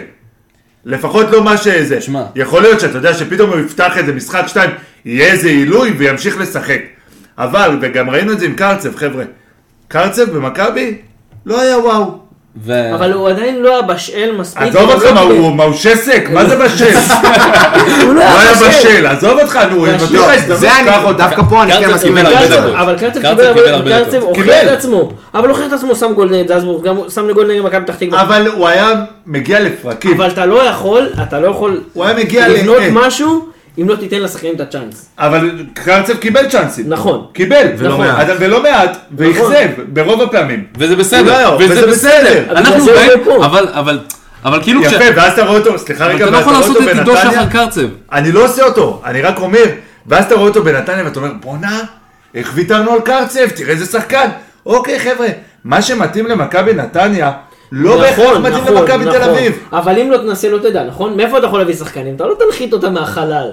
E: לפחות לא מה שזה.
G: שמע.
E: יכול להיות שאתה יודע שפתאום הוא יפתח איזה משחק שתיים, יהיה איזה עילוי וימשיך לשחק. אבל, וגם ראינו את זה עם קרצב, חבר'ה. קרצב במכבי לא היה וואו.
G: ו-
F: אבל הוא עדיין לא היה בשל מספיק.
E: עזוב
F: הוא
E: אותך,
F: לא
E: מה
F: קיבל.
E: הוא מה הוא שסק? מה זה בשל?
F: הוא לא
E: לא היה
F: היה בשל.
E: בשל, עזוב אותך, נו, אם
I: לא,
E: נותנים לך הזדמנות,
A: לא, זה אני,
E: קח אותה.
A: דווקא פה אני כן
G: קרצב
A: מסכים.
G: קיבל
A: איתך.
G: הרבה
F: קרצב-
G: דקות.
F: אבל קרצב
G: קרצב
F: קיבל
G: קיבל
F: הרבה,
G: הרבה
F: קרצב
G: דקות.
F: הוכיח
E: קיבל.
F: את עצמו, אבל הוכיח את עצמו, שם גול נגד זלצבורג, גם שם גול נגד מכבי פתח תקווה,
E: אבל הוא היה מגיע לפרקים.
F: אבל אתה לא יכול, אתה לא יכול
E: הוא היה מגיע
F: לבנות
E: לעט.
F: משהו אם לא תיתן לשחקנים את הצ'אנס.
E: אבל קרצב קיבל צ'אנסים.
F: נכון.
E: קיבל.
I: ולא
E: נכון.
I: מעט.
E: אבל- ולא מעט, ואכזב, ברוב הפעמים.
G: וזה
E: אולי
G: בסדר,
E: לא, וזה בסדר.
F: אבל
G: אנחנו
F: זה
G: באים-
F: לא פה.
G: אבל, אבל, אבל כאילו, כש-
E: יפה, ואז אתה רואה אותו, סליחה רגע,
G: אתה לא
E: ואז
G: יכול לעשות את עידו
E: בנתניה.
G: שחר קרצב.
E: אני לא עושה אותו, אני רק אומר, ואז אתה רואה אותו בנתניה ואתה אומר, בואנה, איך ויתרנו על קרצב, תראה איזה שחקן. אוקיי, חבר'ה, מה שמתאים למכבי נתניה, לא בהכרח
F: נכון,
E: מתאים
F: נכון,
E: למכבי תל
F: נכון.
E: אביב.
F: אבל אם לא תנסה לא תדע, נכון? מאיפה אתה יכול להביא שחקנים? אתה לא תנחית אותם מהחלל.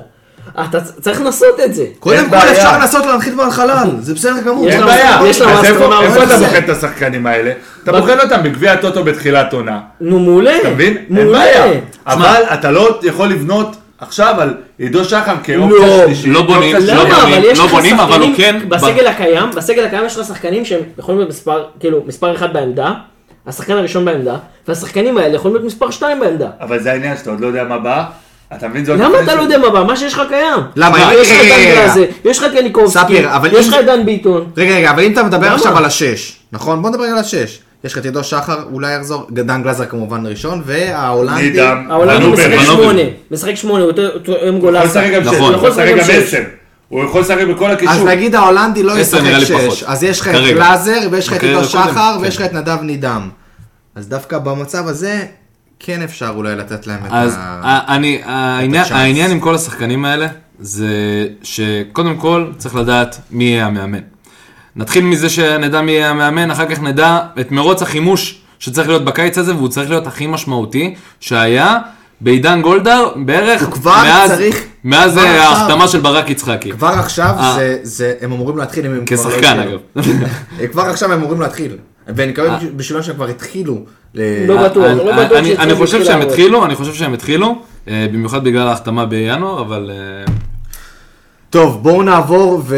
F: אתה צ- צריך לנסות את זה.
I: קודם
E: אין
I: כל
E: בעיה.
I: אפשר לנסות להנחית מהחלל, זה בסדר גמור.
F: יש
E: אין
F: לנו-
E: בעיה.
F: יש לנו
E: אז איפה
F: הסכמה
E: איפה אתה
F: אופוזיציה.
E: בוחן את השחקנים האלה? אתה בוחן אותם בגביע הטוטו בתחילת עונה.
F: נו מעולה.
E: אתה מבין? אין
F: כן, מעולה.
E: בעיה. אבל אתה לא יכול לבנות עכשיו על עידו שחר כאופציה
F: לא,
E: שלישית.
G: לא בונים,
E: כאופציה
G: לא
E: שנייה.
F: למה?
G: בונים,
F: אבל יש לך
G: בונים, אבל הוא
F: שחקנים
G: כן-
F: בסגל הקיים, בסגל הקיים יש לך שחקנים שהם יכולים להיות מספר, כאילו, מספר אחד בעמדה, השחקן הראשון בעמדה, והשחקנים האלה יכולים להיות מספר שתיים בעמדה.
E: אבל זה העניין שאתה עוד לא יודע מה בא. אתה מבין? זו
F: למה
E: התוכנית
F: אתה לא
E: של-
F: יודע מה בא? מה שיש לך קיים.
A: למה?
F: מה,
E: אה,
F: יש לך את
A: רגע,
F: דן
A: רגע,
F: גלאזר, יש לך את יניקובסקי,
A: ספיר, אבל
F: יש
A: אם-
F: לך את דן ביטון.
A: רגע, רגע, אבל אם אתה מדבר
F: למה?
A: עכשיו על השש, נכון? בוא נדבר על השש. יש לך את עידו שחר, אולי יחזור, דן גלזר כמובן ראשון, וההולנדי...
E: נידם.
F: העולם
E: ונובר,
F: משחק
G: ונובר.
F: שמונה, משחק שמונה, הוא יותר- הוא
E: הוא
F: עם
E: יכול
F: גולאסה.
E: לשחק גם שש,
G: נכון.
E: הוא יכול לשחק גם
F: שש.
E: עשר. הוא יכול לשחק בכל
A: אז
E: הקישור.
A: נגיד ההולנדי לא
G: עשר
A: ישחק
G: נראה לי פחות.
A: שש, אז יש לך את
G: כרגע.
A: גלאזר, ויש לך את עידו
G: בקריירה הקודמת,
A: שחר,
G: כן.
A: ויש לך את נדב נידם. אז דווקא במצב הזה, כן אפשר אולי לתת להם את
G: אז
A: ה...
G: ה- אני, העניין-
A: אה, הצ'אנס.
G: העניין עם כל השחקנים האלה, זה שקודם כל צריך לדעת מי יהיה המאמן. נתחיל מזה שנדע מי יהיה המאמן, אחר כך נדע את מרוץ החימוש שצריך להיות בקיץ הזה, והוא צריך להיות הכי משמעותי שהיה בעידן גולדהר בערך
A: הוא כבר
G: מאז,
A: צריך-
G: מאז אה,
A: כבר עכשיו.
G: ההחתמה של ברק יצחקי.
A: כבר עכשיו
G: אה.
A: זה- זה, הם אמורים להתחיל אם הם כבר לא
G: כשחקן
A: התחילו.
G: אגב. אה.
A: אה, כבר עכשיו הם אמורים להתחיל. ואני מקווה בשבילם שהם כבר התחילו. ל-
F: לא בטוח,
G: אני-
F: לא בטוח
G: אה, אני-
F: שיצאו
G: אני חושב
F: בתחילה
G: שהם
F: עוד.
G: התחילו, אני חושב שהם התחילו, אה, במיוחד בגלל ההחתמה בינואר, אבל... אה,
A: טוב, בואו נעבור ו...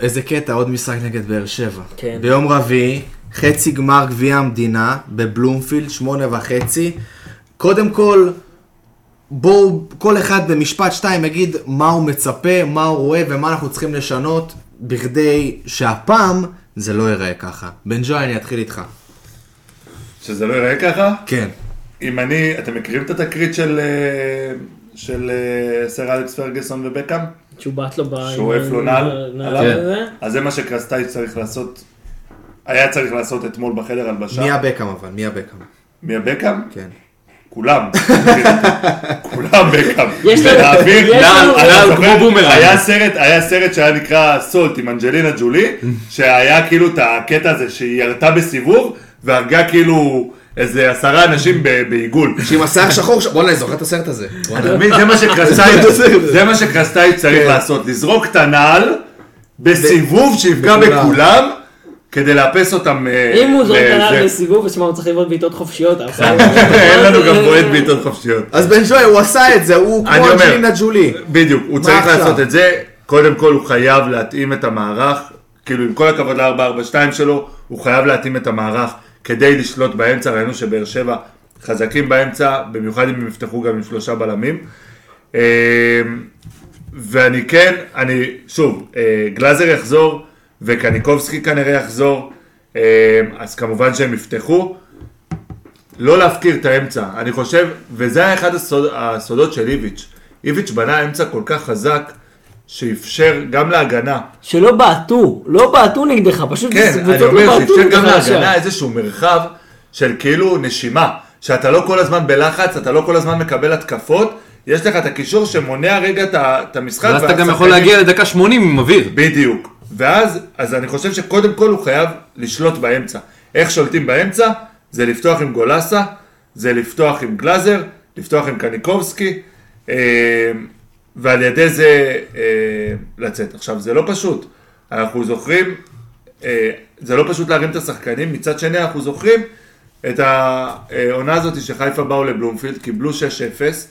A: איזה קטע, עוד משחק נגד באר שבע.
F: כן.
A: ביום רביעי, חצי גמר גביע המדינה בבלומפילד, שמונה וחצי. קודם כל, בואו כל אחד במשפט שתיים יגיד מה הוא מצפה, מה הוא רואה ומה אנחנו צריכים לשנות, בכדי שהפעם זה לא ייראה ככה. בן ג'וי, אני אתחיל איתך.
E: שזה לא ייראה ככה?
A: כן.
E: אם אני, אתם מכירים את התקרית של אה, של אה, סר אלכס פרגוסון ובקאם?
F: צ'ובט לו אה, ב...
E: שואף לו נעל. עליו?
G: כן.
F: הזה.
E: אז זה מה שקרסטייץ' צריך לעשות, היה צריך לעשות אתמול בחדר הלבשה.
A: מי הבקאם אבל? מי הבקאם?
E: מי הבקאם?
A: כן.
E: כולם. כולם בקאם.
F: יש לנו-
E: ולהעביר-
F: יש לנו-
E: אני
G: נעל
E: זוכר,
G: כמו בומרנג.
E: היה סרט, היה סרט שהיה נקרא סולט עם אנג'לינה ג'ולי, שהיה כאילו את הקטע הזה שהיא ירתה בסיבוב, והרגה כאילו איזה עשרה אנשים ב- בעיגול.
A: שעם השיער שחור, ש- בוא'נה, אני זוכר את הסרט הזה.
E: אתה
A: וואלה.
E: מבין? זה מה שקרסטייץ' זה מה שקרסטייץ' צריך
A: כן.
E: לעשות, לזרוק את הנעל בסיבוב שיפגע
A: בכולם.
E: בכולם, כדי לאפס אותם. אה,
F: אם הוא זורק
E: לזה.
F: עליו לסיבוב, אז שמע, הוא צריך לבעוט בעיטות חופשיות. אבל-
G: כן.
E: אין לנו
F: אה,
E: גם בועט בעיטות חופשיות.
A: אז בן ג'וי, הוא עשה את זה, הוא
E: אני
A: כמו
E: אומר-
A: אנג'לינה ג'ולי.
E: בדיוק, הוא
A: מה
E: צריך
A: עכשיו?
E: לעשות את זה, קודם כל הוא חייב להתאים את המערך, כאילו עם כל הכבוד ל-442 שלו, הוא חייב להתאים את המערך כדי לשלוט באמצע, ראינו שבאר שבע חזקים באמצע, במיוחד אם הם יפתחו גם עם שלושה בלמים. אה, ואני כן, אני, שוב, אה, גלאזר יחזור, וקניקובסקי כנראה יחזור, אה, אז כמובן שהם יפתחו. לא להפקיר את האמצע, אני חושב, וזה היה אחד הסוד, הסודות של איביץ'. איביץ' בנה אמצע כל כך חזק, שאפשר גם להגנה,
F: שלא בעטו, לא בעטו נגדך, פשוט
E: כן, אני
F: קבוצות לא
E: אומר
F: בעטו
E: שאפשר
F: נגדך
E: גם
F: לשער.
E: להגנה איזשהו מרחב של כאילו נשימה, שאתה לא כל הזמן בלחץ, אתה לא כל הזמן מקבל התקפות, יש לך את הקישור שמונע רגע את ה- את המשחק.
G: ואז אתה גם יכול
E: והשחקנים-
G: להגיע לדקה 80 עם אוויר.
E: בדיוק. ואז, אז אני חושב שקודם כל הוא חייב לשלוט באמצע. איך שולטים באמצע? זה לפתוח עם גולסה, זה לפתוח עם גלאזר, לפתוח עם קניקובסקי, אה, ועל ידי זה אה, לצאת. עכשיו, זה לא פשוט. אנחנו זוכרים, אה, זה לא פשוט להרים את השחקנים, מצד שני אנחנו זוכרים את העונה הזאת שחיפה באו לבלומפילד, קיבלו 6-0,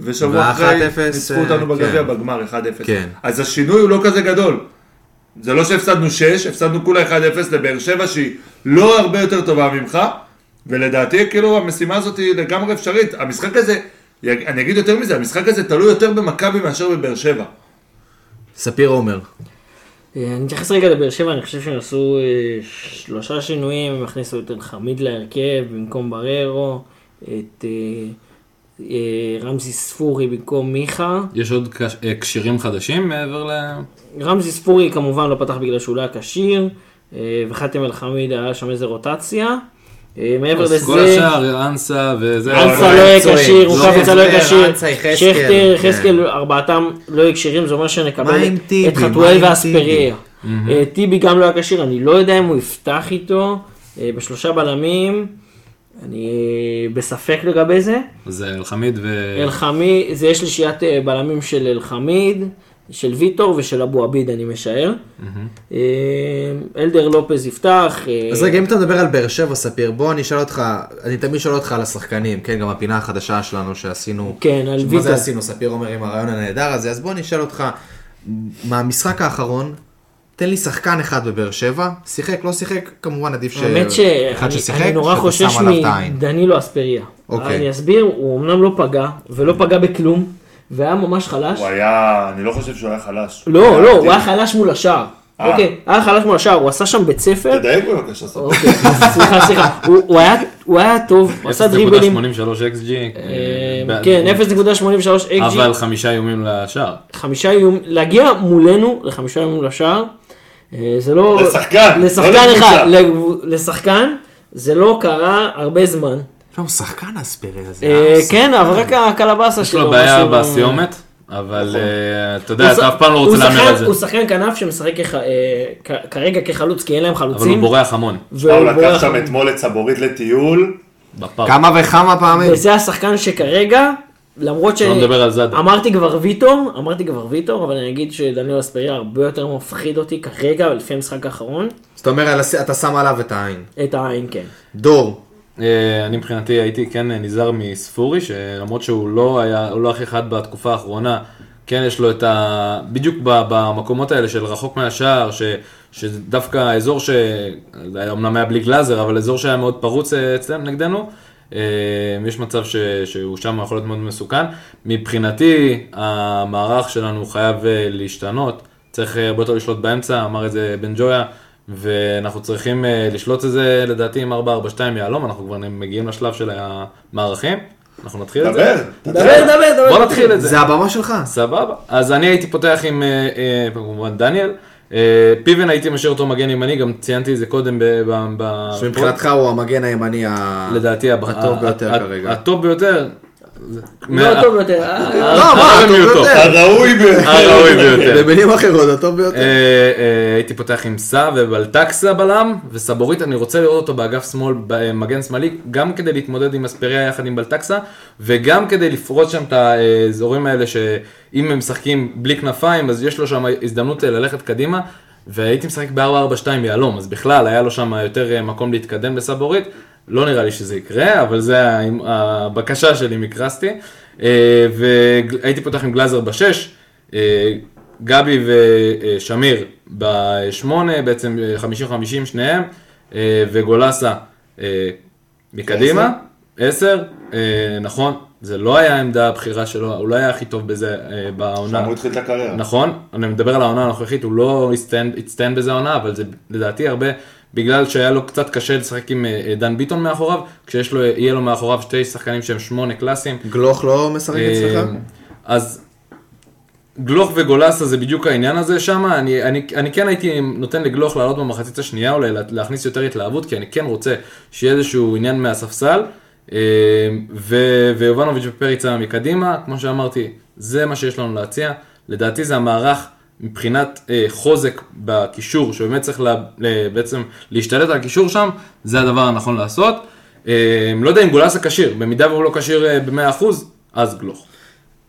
E: ושבוע אחרי
I: ו- 1-0,
E: ניצחו אותנו
I: אה,
E: בגביע
I: כן.
E: בגמר 1-0.
I: כן.
E: אז השינוי הוא לא כזה גדול. זה לא שהפסדנו 6, הפסדנו כולה 1-0 לבאר שבע שהיא לא הרבה יותר טובה ממך, ולדעתי כאילו המשימה הזאת היא לגמרי אפשרית. המשחק הזה, יג- אני אגיד יותר מזה, המשחק הזה תלוי יותר במכבי מאשר בבאר שבע.
I: ספיר עומר.
F: אה, אני אתייחס רגע לבאר שבע, אני חושב שהם עשו אה, שלושה שינויים, הם הכניסו את אלחמיד להרכב במקום בררו, את אה, אה, רמזי ספורי במקום מיכה.
G: יש עוד קש- אה, קשירים חדשים מעבר ל...
F: רמזי ספורי כמובן לא פתח בגלל שהוא לא היה כשיר, אה, וחאתם אל-חמיד היה שם איזה רוטציה. אה, מעבר
G: אז
F: לזה,
G: כל השאר, אנסה וזה.
F: אנסה לא
E: לא
F: יהיה
I: מקצועי.
F: כשיר,
I: לא,
F: רוקאביצה לא יהיה
I: שכטר,
F: כשיר,
I: אנסה, יחזקאל.
F: שכטר,
I: כן.
F: יחזקאל, ארבעתם לא יהיו כשירים, זה אומר
I: מה
F: שנקבל
I: עם טיבי?
F: את
I: מה עם
F: חתואל ואספריה. אה, טיבי גם לא היה כשיר, אני לא יודע אם הוא יפתח איתו אה, בשלושה בלמים, אני אה, בספק לגבי זה.
G: זה אלחמיד ו...
F: אלחמי, זה יש שלישיית אה, בלמים של אלחמיד, של ויטור ושל אבו עביד, אני משער. אה, אלדר לופז יפתח. אה,
I: אז רגע, אם אתה מדבר על באר שבע, ספיר, בוא אני אשאל אותך, אני תמיד שואל אותך על השחקנים, כן, גם הפינה החדשה שלנו שעשינו.
F: כן, על
I: מה
F: ויטור.
I: זה עשינו, ספיר אומר עם הרעיון הנהדר הזה, אז בוא אני אשאל אותך, מהמשחק האחרון, תן לי שחקן אחד בבאר שבע, שיחק, לא שיחק, כמובן עדיף ש...
F: האמת
I: אה, אחד
F: שאני
I: ששיחק,
F: אני נורא
I: שאתה
F: חושש
I: שם עליו את העין.
F: מדנילו אספריה.
I: אוקיי. Mm.
F: אני אסביר, הוא אמנם לא פגע, ולא פגע בכלום, והיה ממש חלש.
E: הוא היה, אני לא חושב שהוא היה חלש.
F: לא, לא, הוא היה חלש מול השער.
E: אה.
F: אוקיי, היה חלש מול השער, הוא עשה שם בית ספר.
E: תדייק בבקשה, ספר.
F: אוקיי, סליחה, סליחה. הוא- הוא היה- הוא היה טוב, הוא עשה דריבלים.
G: 0.83 XG.
F: אה,
G: בעד-
F: כן, 0.83 XG.
G: אבל חמישה איומים לשער.
F: חמישה איום, להגיע מולנו לחמישה איומים לשער, אה, זה לא...
E: לשחקן, לא
F: לשחקן
E: לקבוצה.
F: אחד, לגב- לשחקן, זה לא קרה הרבה זמן.
E: אה,
I: לא, הוא שחקן אספרי הזה.
F: אה,
I: אה,
F: כן, אבל רק הקלבאסה
G: יש
F: שלו.
G: לו בעיה
F: משהו לא-
G: בסיומת, אבל אה,
F: הוא
G: אתה יודע, אתה
F: ש-
G: אף פעם לא
F: הוא
G: רוצה להמר
F: שחקן-
G: על זה.
F: הוא שחקן כנף שמשחק כח- אה, כ- כרגע כחלוץ, כי אין להם
G: אבל הוא
F: חלוצים.
G: בורח המון.
F: והוא
E: הוא לקח
F: בורח.
E: שם אתמול את סבורית לטיול.
G: בפארק.
I: כמה וכמה פעמים.
F: וזה השחקן שכרגע, למרות ש...
G: שלא נדבר לא על זאדה.
F: אמרתי כבר ויטור, אמרתי כבר ויטור, אבל אני אגיד שדניאל אספריה הרבה יותר מפחיד אותי כרגע, לפי המשחק האחרון,
I: זאת אומרת, אתה שם עליו את העין.
F: את העין, כן.
I: דור,
G: אה, אני מבחינתי הייתי כן נזהר מספורי, שלמרות שהוא לא היה, הוא לא הכי חד בתקופה האחרונה, כן יש לו את ה... בדיוק ב- במקומות האלה של רחוק מהשער, ש... שדווקא האזור ש... זה היה אמנם היה בלי גלאזר, אבל אזור שהיה מאוד פרוץ אה, אצלם נגדנו, אה, יש מצב ש... שהוא שם יכול להיות מאוד מסוכן. מבחינתי המערך שלנו חייב אה, להשתנות. צריך אה, הרבה יותר לשלוט באמצע, אמר את זה בן ג'ויה, ואנחנו צריכים אה, לשלוט את זה לדעתי עם 4-4-2 יהלום, אנחנו כבר מגיעים לשלב של המערכים, אנחנו נתחיל את זה.
E: דבר.
F: דבר, דבר, דבר.
G: בוא נתחיל את זה.
I: זה הבמה שלך.
G: סבבה. אז אני הייתי פותח עם אה, אה, כמובן דניאל. אה, פיבן הייתי משאיר אותו מגן ימני, גם ציינתי את זה קודם ב... ב- ב-
I: שמבחינתך הוא המגן הימני ה...
G: לדעתי הב-
I: הטוב ביותר
G: ה-
I: כרגע.
G: הטוב ביותר.
F: לא טוב יותר. אה,
I: לא, מה, הטוב
G: המיעוטו.
I: ביותר.
E: הראוי ביותר.
G: הראוי ביותר.
I: במילים אחרות, הטוב ביותר.
G: אה, אה, הייתי פותח עם סא ובלטקסה בלם, וסבורית, אני רוצה לראות אותו באגף שמאל, במגן שמאלי, גם כדי להתמודד עם אספריה יחד עם בלטקסה, וגם כדי לפרוץ שם את האזורים האלה, שאם הם משחקים בלי כנפיים, אז יש לו שם הזדמנות אה, ללכת קדימה. והייתי משחק ב-442 יהלום, אז בכלל היה לו שם יותר אה, מקום להתקדם בסבורית. לא נראה לי שזה יקרה, אבל זה ה- הבקשה שלי מקרסטי. אה, והייתי פותח עם גלאזר בשש, אה, גבי ושמיר בשמונה, בעצם אה, 50-50 שניהם, אה, וגולסה אה, מקדימה, עשר, אה, נכון, זה לא היה העמדה הבכירה שלו, הוא לא היה הכי טוב בזה אה, בעונה.
E: הוא התחיל את הקריירה.
G: נכון, אני מדבר על העונה הנוכחית, הוא לא הצטיין- הצטיין בזה העונה, אבל זה לדעתי הרבה, בגלל שהיה לו קצת קשה לשחק עם אה, אה, דן ביטון מאחוריו, כשיש לו, יהיה לו מאחוריו שתי שחקנים שהם שמונה קלאסיים.
I: גלוך לא משחק אצלך?
G: אה, אז גלוך וגולסה זה בדיוק העניין הזה שם, אני, אני, אני כן הייתי נותן לגלוך לעלות במחצית השנייה אולי, לה- להכניס יותר התלהבות, כי אני כן רוצה שיהיה איזשהו עניין מהספסל, אה, ו- ויובנוביץ' ופריצה מקדימה, כמו שאמרתי, זה מה שיש לנו להציע, לדעתי זה המערך. מבחינת אה, חוזק בקישור, שבאמת צריך לה, ל- בעצם להשתלט על הקישור שם, זה הדבר הנכון לעשות. אה, לא יודע אם גולסה כשיר, במידה והוא לא כשיר אה, ב-100%, אז גלוך.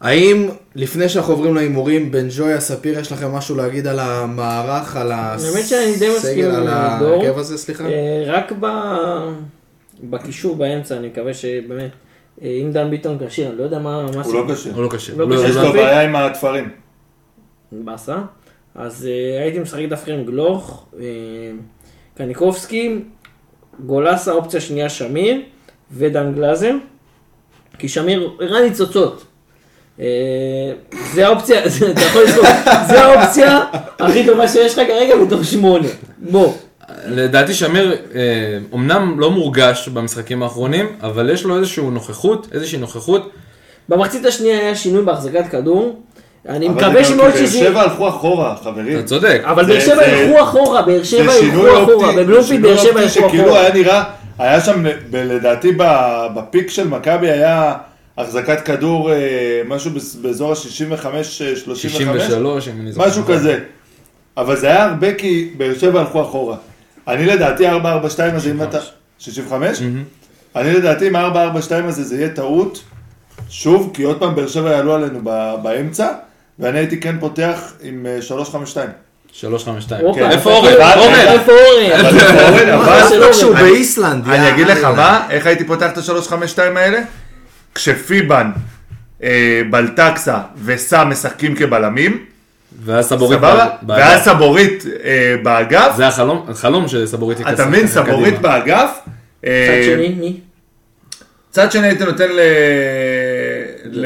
I: האם לפני שאנחנו עוברים להימורים, בן ג'ויה, ספיר, יש לכם משהו להגיד על המערך, על הסגל,
F: האמת שאני די מסכים
I: על
F: עם דור.
I: ההרכב הזה, סליחה?
F: אה, רק ב... בקישור באמצע, אני מקווה שבאמת, אה, אם דן ביטון כשיר, אני לא יודע מה... מה
E: הוא לא קשה.
G: הוא לא קשה.
F: לא
G: הוא לא-
F: קשה.
E: יש
G: הוא
E: לו
G: לא-
F: מספיק.
E: בעיה עם התפרים.
F: באסה. אז אה, הייתי משחק דווקא עם גלוך, אה, קניקובסקי, גולסה, אופציה שנייה שמיר ודן גלאזר. כי שמיר הראה לי צוצות. אה, זה האופציה, זה- אתה יכול לזכור, זה האופציה הכי טובה שיש לך כרגע מתוך שמונה. בוא,
G: לדעתי שמיר אה, אומנם לא מורגש במשחקים האחרונים, אבל יש לו איזושהי נוכחות, איזושהי נוכחות.
F: במחצית השנייה היה שינוי בהחזקת כדור. אני
E: אבל
F: מקווה
E: זה גם
F: שמאוד
E: כי באר
F: שזה...
E: שבע הלכו אחורה, חברים.
G: אתה צודק.
F: אבל
E: זה-
F: באר שבע
E: זה-
F: ילכו אחורה, באר שבע
E: זה שינוי
F: ילכו אחורה,
E: אופטי,
F: בבלומפילד
E: שינוי
F: באר שבע
E: אופטי
F: ילכו
E: שכאילו
F: אחורה.
E: היה נראה, היה שם, ב- לדעתי ב- בפיק של מכבי היה החזקת כדור, אה, משהו בס- באזור אה, ה-65-35,
G: 63, אם אני זוכר. נכון.
E: משהו כזה. אבל זה היה הרבה כי באר שבע הלכו אחורה. אני לדעתי 4-4-2 הזה, אם אתה... 65? אני לדעתי עם 4-4-2 הזה זה יהיה טעות, שוב, כי עוד פעם באר שבע יעלו עלינו ב- באמצע, ואני הייתי כן פותח עם אה, 3-5-2.
G: 352.
F: אוקיי.
G: כן. איפה
F: אבל-
G: אורן?
E: אבל-
G: אורן?
F: איפה אורן?
E: אבל אורן, אבל-
F: זה לא
A: שהוא
F: אורן.
A: באיסלנד.
E: אני
A: יא
E: אגיד לך
A: אללה.
E: מה, איך הייתי פותח את השלוש חמש שתיים האלה? כשפיבן, אה, בלטקסה וסם משחקים כבלמים,
G: ואז סבורית.
E: סבבה?
G: באגף.
E: ואז סבורית אה, באגף,
G: זה החלום, החלום שסבורית ייכנס.
E: אתה מבין?
G: ככה
E: סבורית
G: קדימה.
E: באגף. אה,
F: צד שני, מי?
E: צד שני הייתי נותן ל... ל...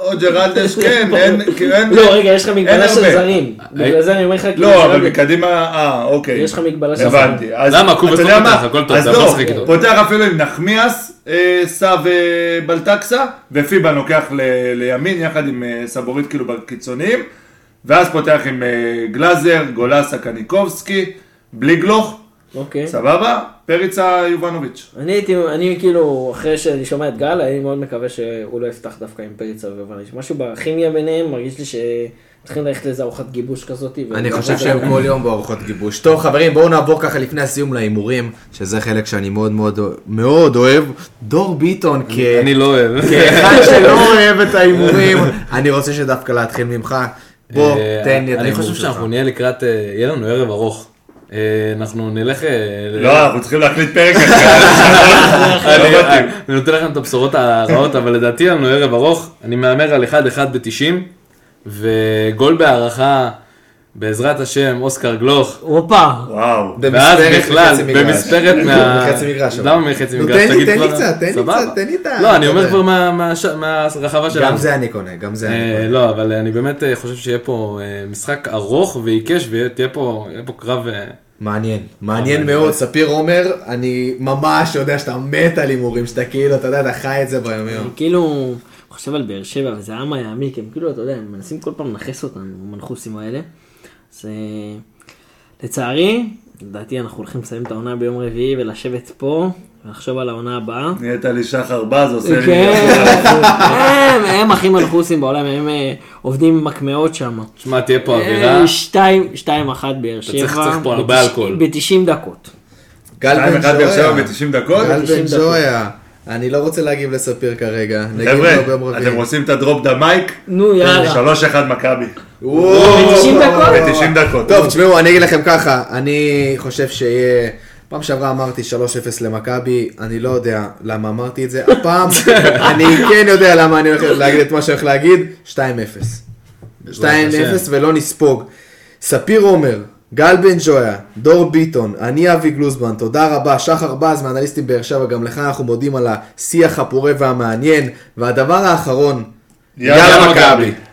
E: או ג'רלדש, כן, אין, כי אין...
F: לא, רגע, יש לך מגבלה של
E: הרבה.
F: זרים. בגלל זה אני אומר לך, כאילו,
E: לא,
F: זה
E: אבל
F: לא-
E: מקדימה, אה, אוקיי.
F: יש לך מגבלה של זרים.
E: הבנתי. אז-
G: למה? קובס
E: אתה
G: לא
E: יודע
G: פותח,
E: מה?
G: הכל טוב,
E: אז
G: אתה יכול
E: לא,
G: לשחק איתו.
E: פותח אפילו עם נחמיאס, אה, סע ובלטקסה, ופיבן לוקח ל- לימין יחד עם אה, סבורית כאילו בקיצוניים, ואז פותח עם אה, גלאזר, גולסה, קניקובסקי, בלי גלוך,
F: אוקיי.
E: סבבה? פריצה יובנוביץ'.
F: אני הייתי, אני כאילו, אחרי שאני שומע את גל, אני מאוד מקווה שהוא לא יפתח דווקא עם פריצה ויובניץ'. משהו בכימיה ביניהם, מרגיש לי שצריכים ללכת לאיזה ארוחת גיבוש כזאת. ו-
A: אני חושב
F: לא-
A: שהם כל יום בארוחות גיבוש. טוב חברים, בואו נעבור ככה לפני הסיום להימורים, שזה חלק שאני מאוד מאוד אוה- מאוד אוהב. דור ביטון כ...
G: אני לא אוהב.
E: כן.
A: כאחד שלא אוהב את ההימורים, אני רוצה שדווקא להתחיל ממך. בוא,
G: אה,
A: תן לי את ההימור שלך.
G: אני חושב שאנחנו נהיה לקראת, אה, יהיה לנו ערב ארוך. אה, אנחנו נלך... אה, ל-
E: לא, אנחנו צריכים להקליט פרק אחר.
G: אני
E: לא מתאים.
G: אני נותן לכם את הבשורות הרעות, אבל לדעתי לנו ערב ארוך. אני מהמר על 1-1 ב-90, וגול בהערכה, בעזרת השם, אוסקר גלוך.
F: הופה.
E: וואו.
G: ואז
A: במספרת מחצי מגרש.
G: בכלל, במספרת מה...
A: בחצי מגרש, אבל.
G: למה מחצי
A: נו,
G: מגרש?
A: תן לי-
G: תגיד
A: תן לי
G: כבר-
A: קצת, תן לי
G: סבבה?
A: קצת, תן לי את ה-
G: לא, אני אומר
A: אתה
G: כבר מה- מהש- מהרחבה שלנו.
A: גם זה אני קונה, גם זה אני
G: אה,
A: קונה.
G: לא, אבל אני באמת אה, חושב שיהיה פה אה, משחק ארוך ועיקש, ויהיה פה יהיה פה קרב... אה,
A: מעניין, מעניין
G: אבל-
A: מאוד. ספיר עומר, אני ממש יודע שאתה מת על הימורים, שאתה כאילו, אתה יודע, אתה חי את זה ביומיום.
F: כאילו, חושב על באר שבע, וזה עם הימי, כי הם כאילו, אתה יודע, הם מנסים כל פעם לנכס אותנו, המנחוסים האלה. אז אה, לצערי, לדעתי אנחנו הולכים לסיים את העונה ביום רביעי ולשבת פה, ולחשוב על העונה הבאה.
E: נהיית לי שחר בז, עושה לי...
F: כן, הם- הם הכי מנחוסים בעולם, הם אה, עובדים עם מקמעות שם.
G: שמע, תהיה פה אווירה.
F: אה, שתיים, שתיים אחת באר שבע.
G: צריך- צריך פה הרבה
F: בתש-
G: אלכוהול.
F: ב-90 דקות.
A: גל
E: 2-1
A: בן
E: באר שבע
A: ג'ויה,
E: ב-90 דקות.
A: גל
F: 90
A: בן
F: דקות.
A: ג'ויה, אני לא רוצה להגיב לספיר כרגע. נגיב
E: חבר'ה,
A: לו ביום רביעי.
E: אתם רוצים את הדרופ דה מייק?
F: נו יאללה.
E: 3-1 מכבי.
A: וואו.
F: ב-90 דקות?
E: ב-90 דקות.
A: טוב, תשמעו, אני אגיד לכם ככה, אני חושב שיהיה... פעם שעברה אמרתי 3-0 למכבי, אני לא יודע למה אמרתי את זה, הפעם אני כן יודע למה אני הולך להגיד את מה שאני הולך להגיד, 2-0. 2-0 ולא נספוג. ספיר עומר, גל בן ג'ויה, דור ביטון, אני אבי גלוזמן, תודה רבה, שחר בז מאנליסטים באר שבע, גם לך אנחנו מודים על השיח הפורה והמעניין, והדבר האחרון,
E: יאללה מכבי.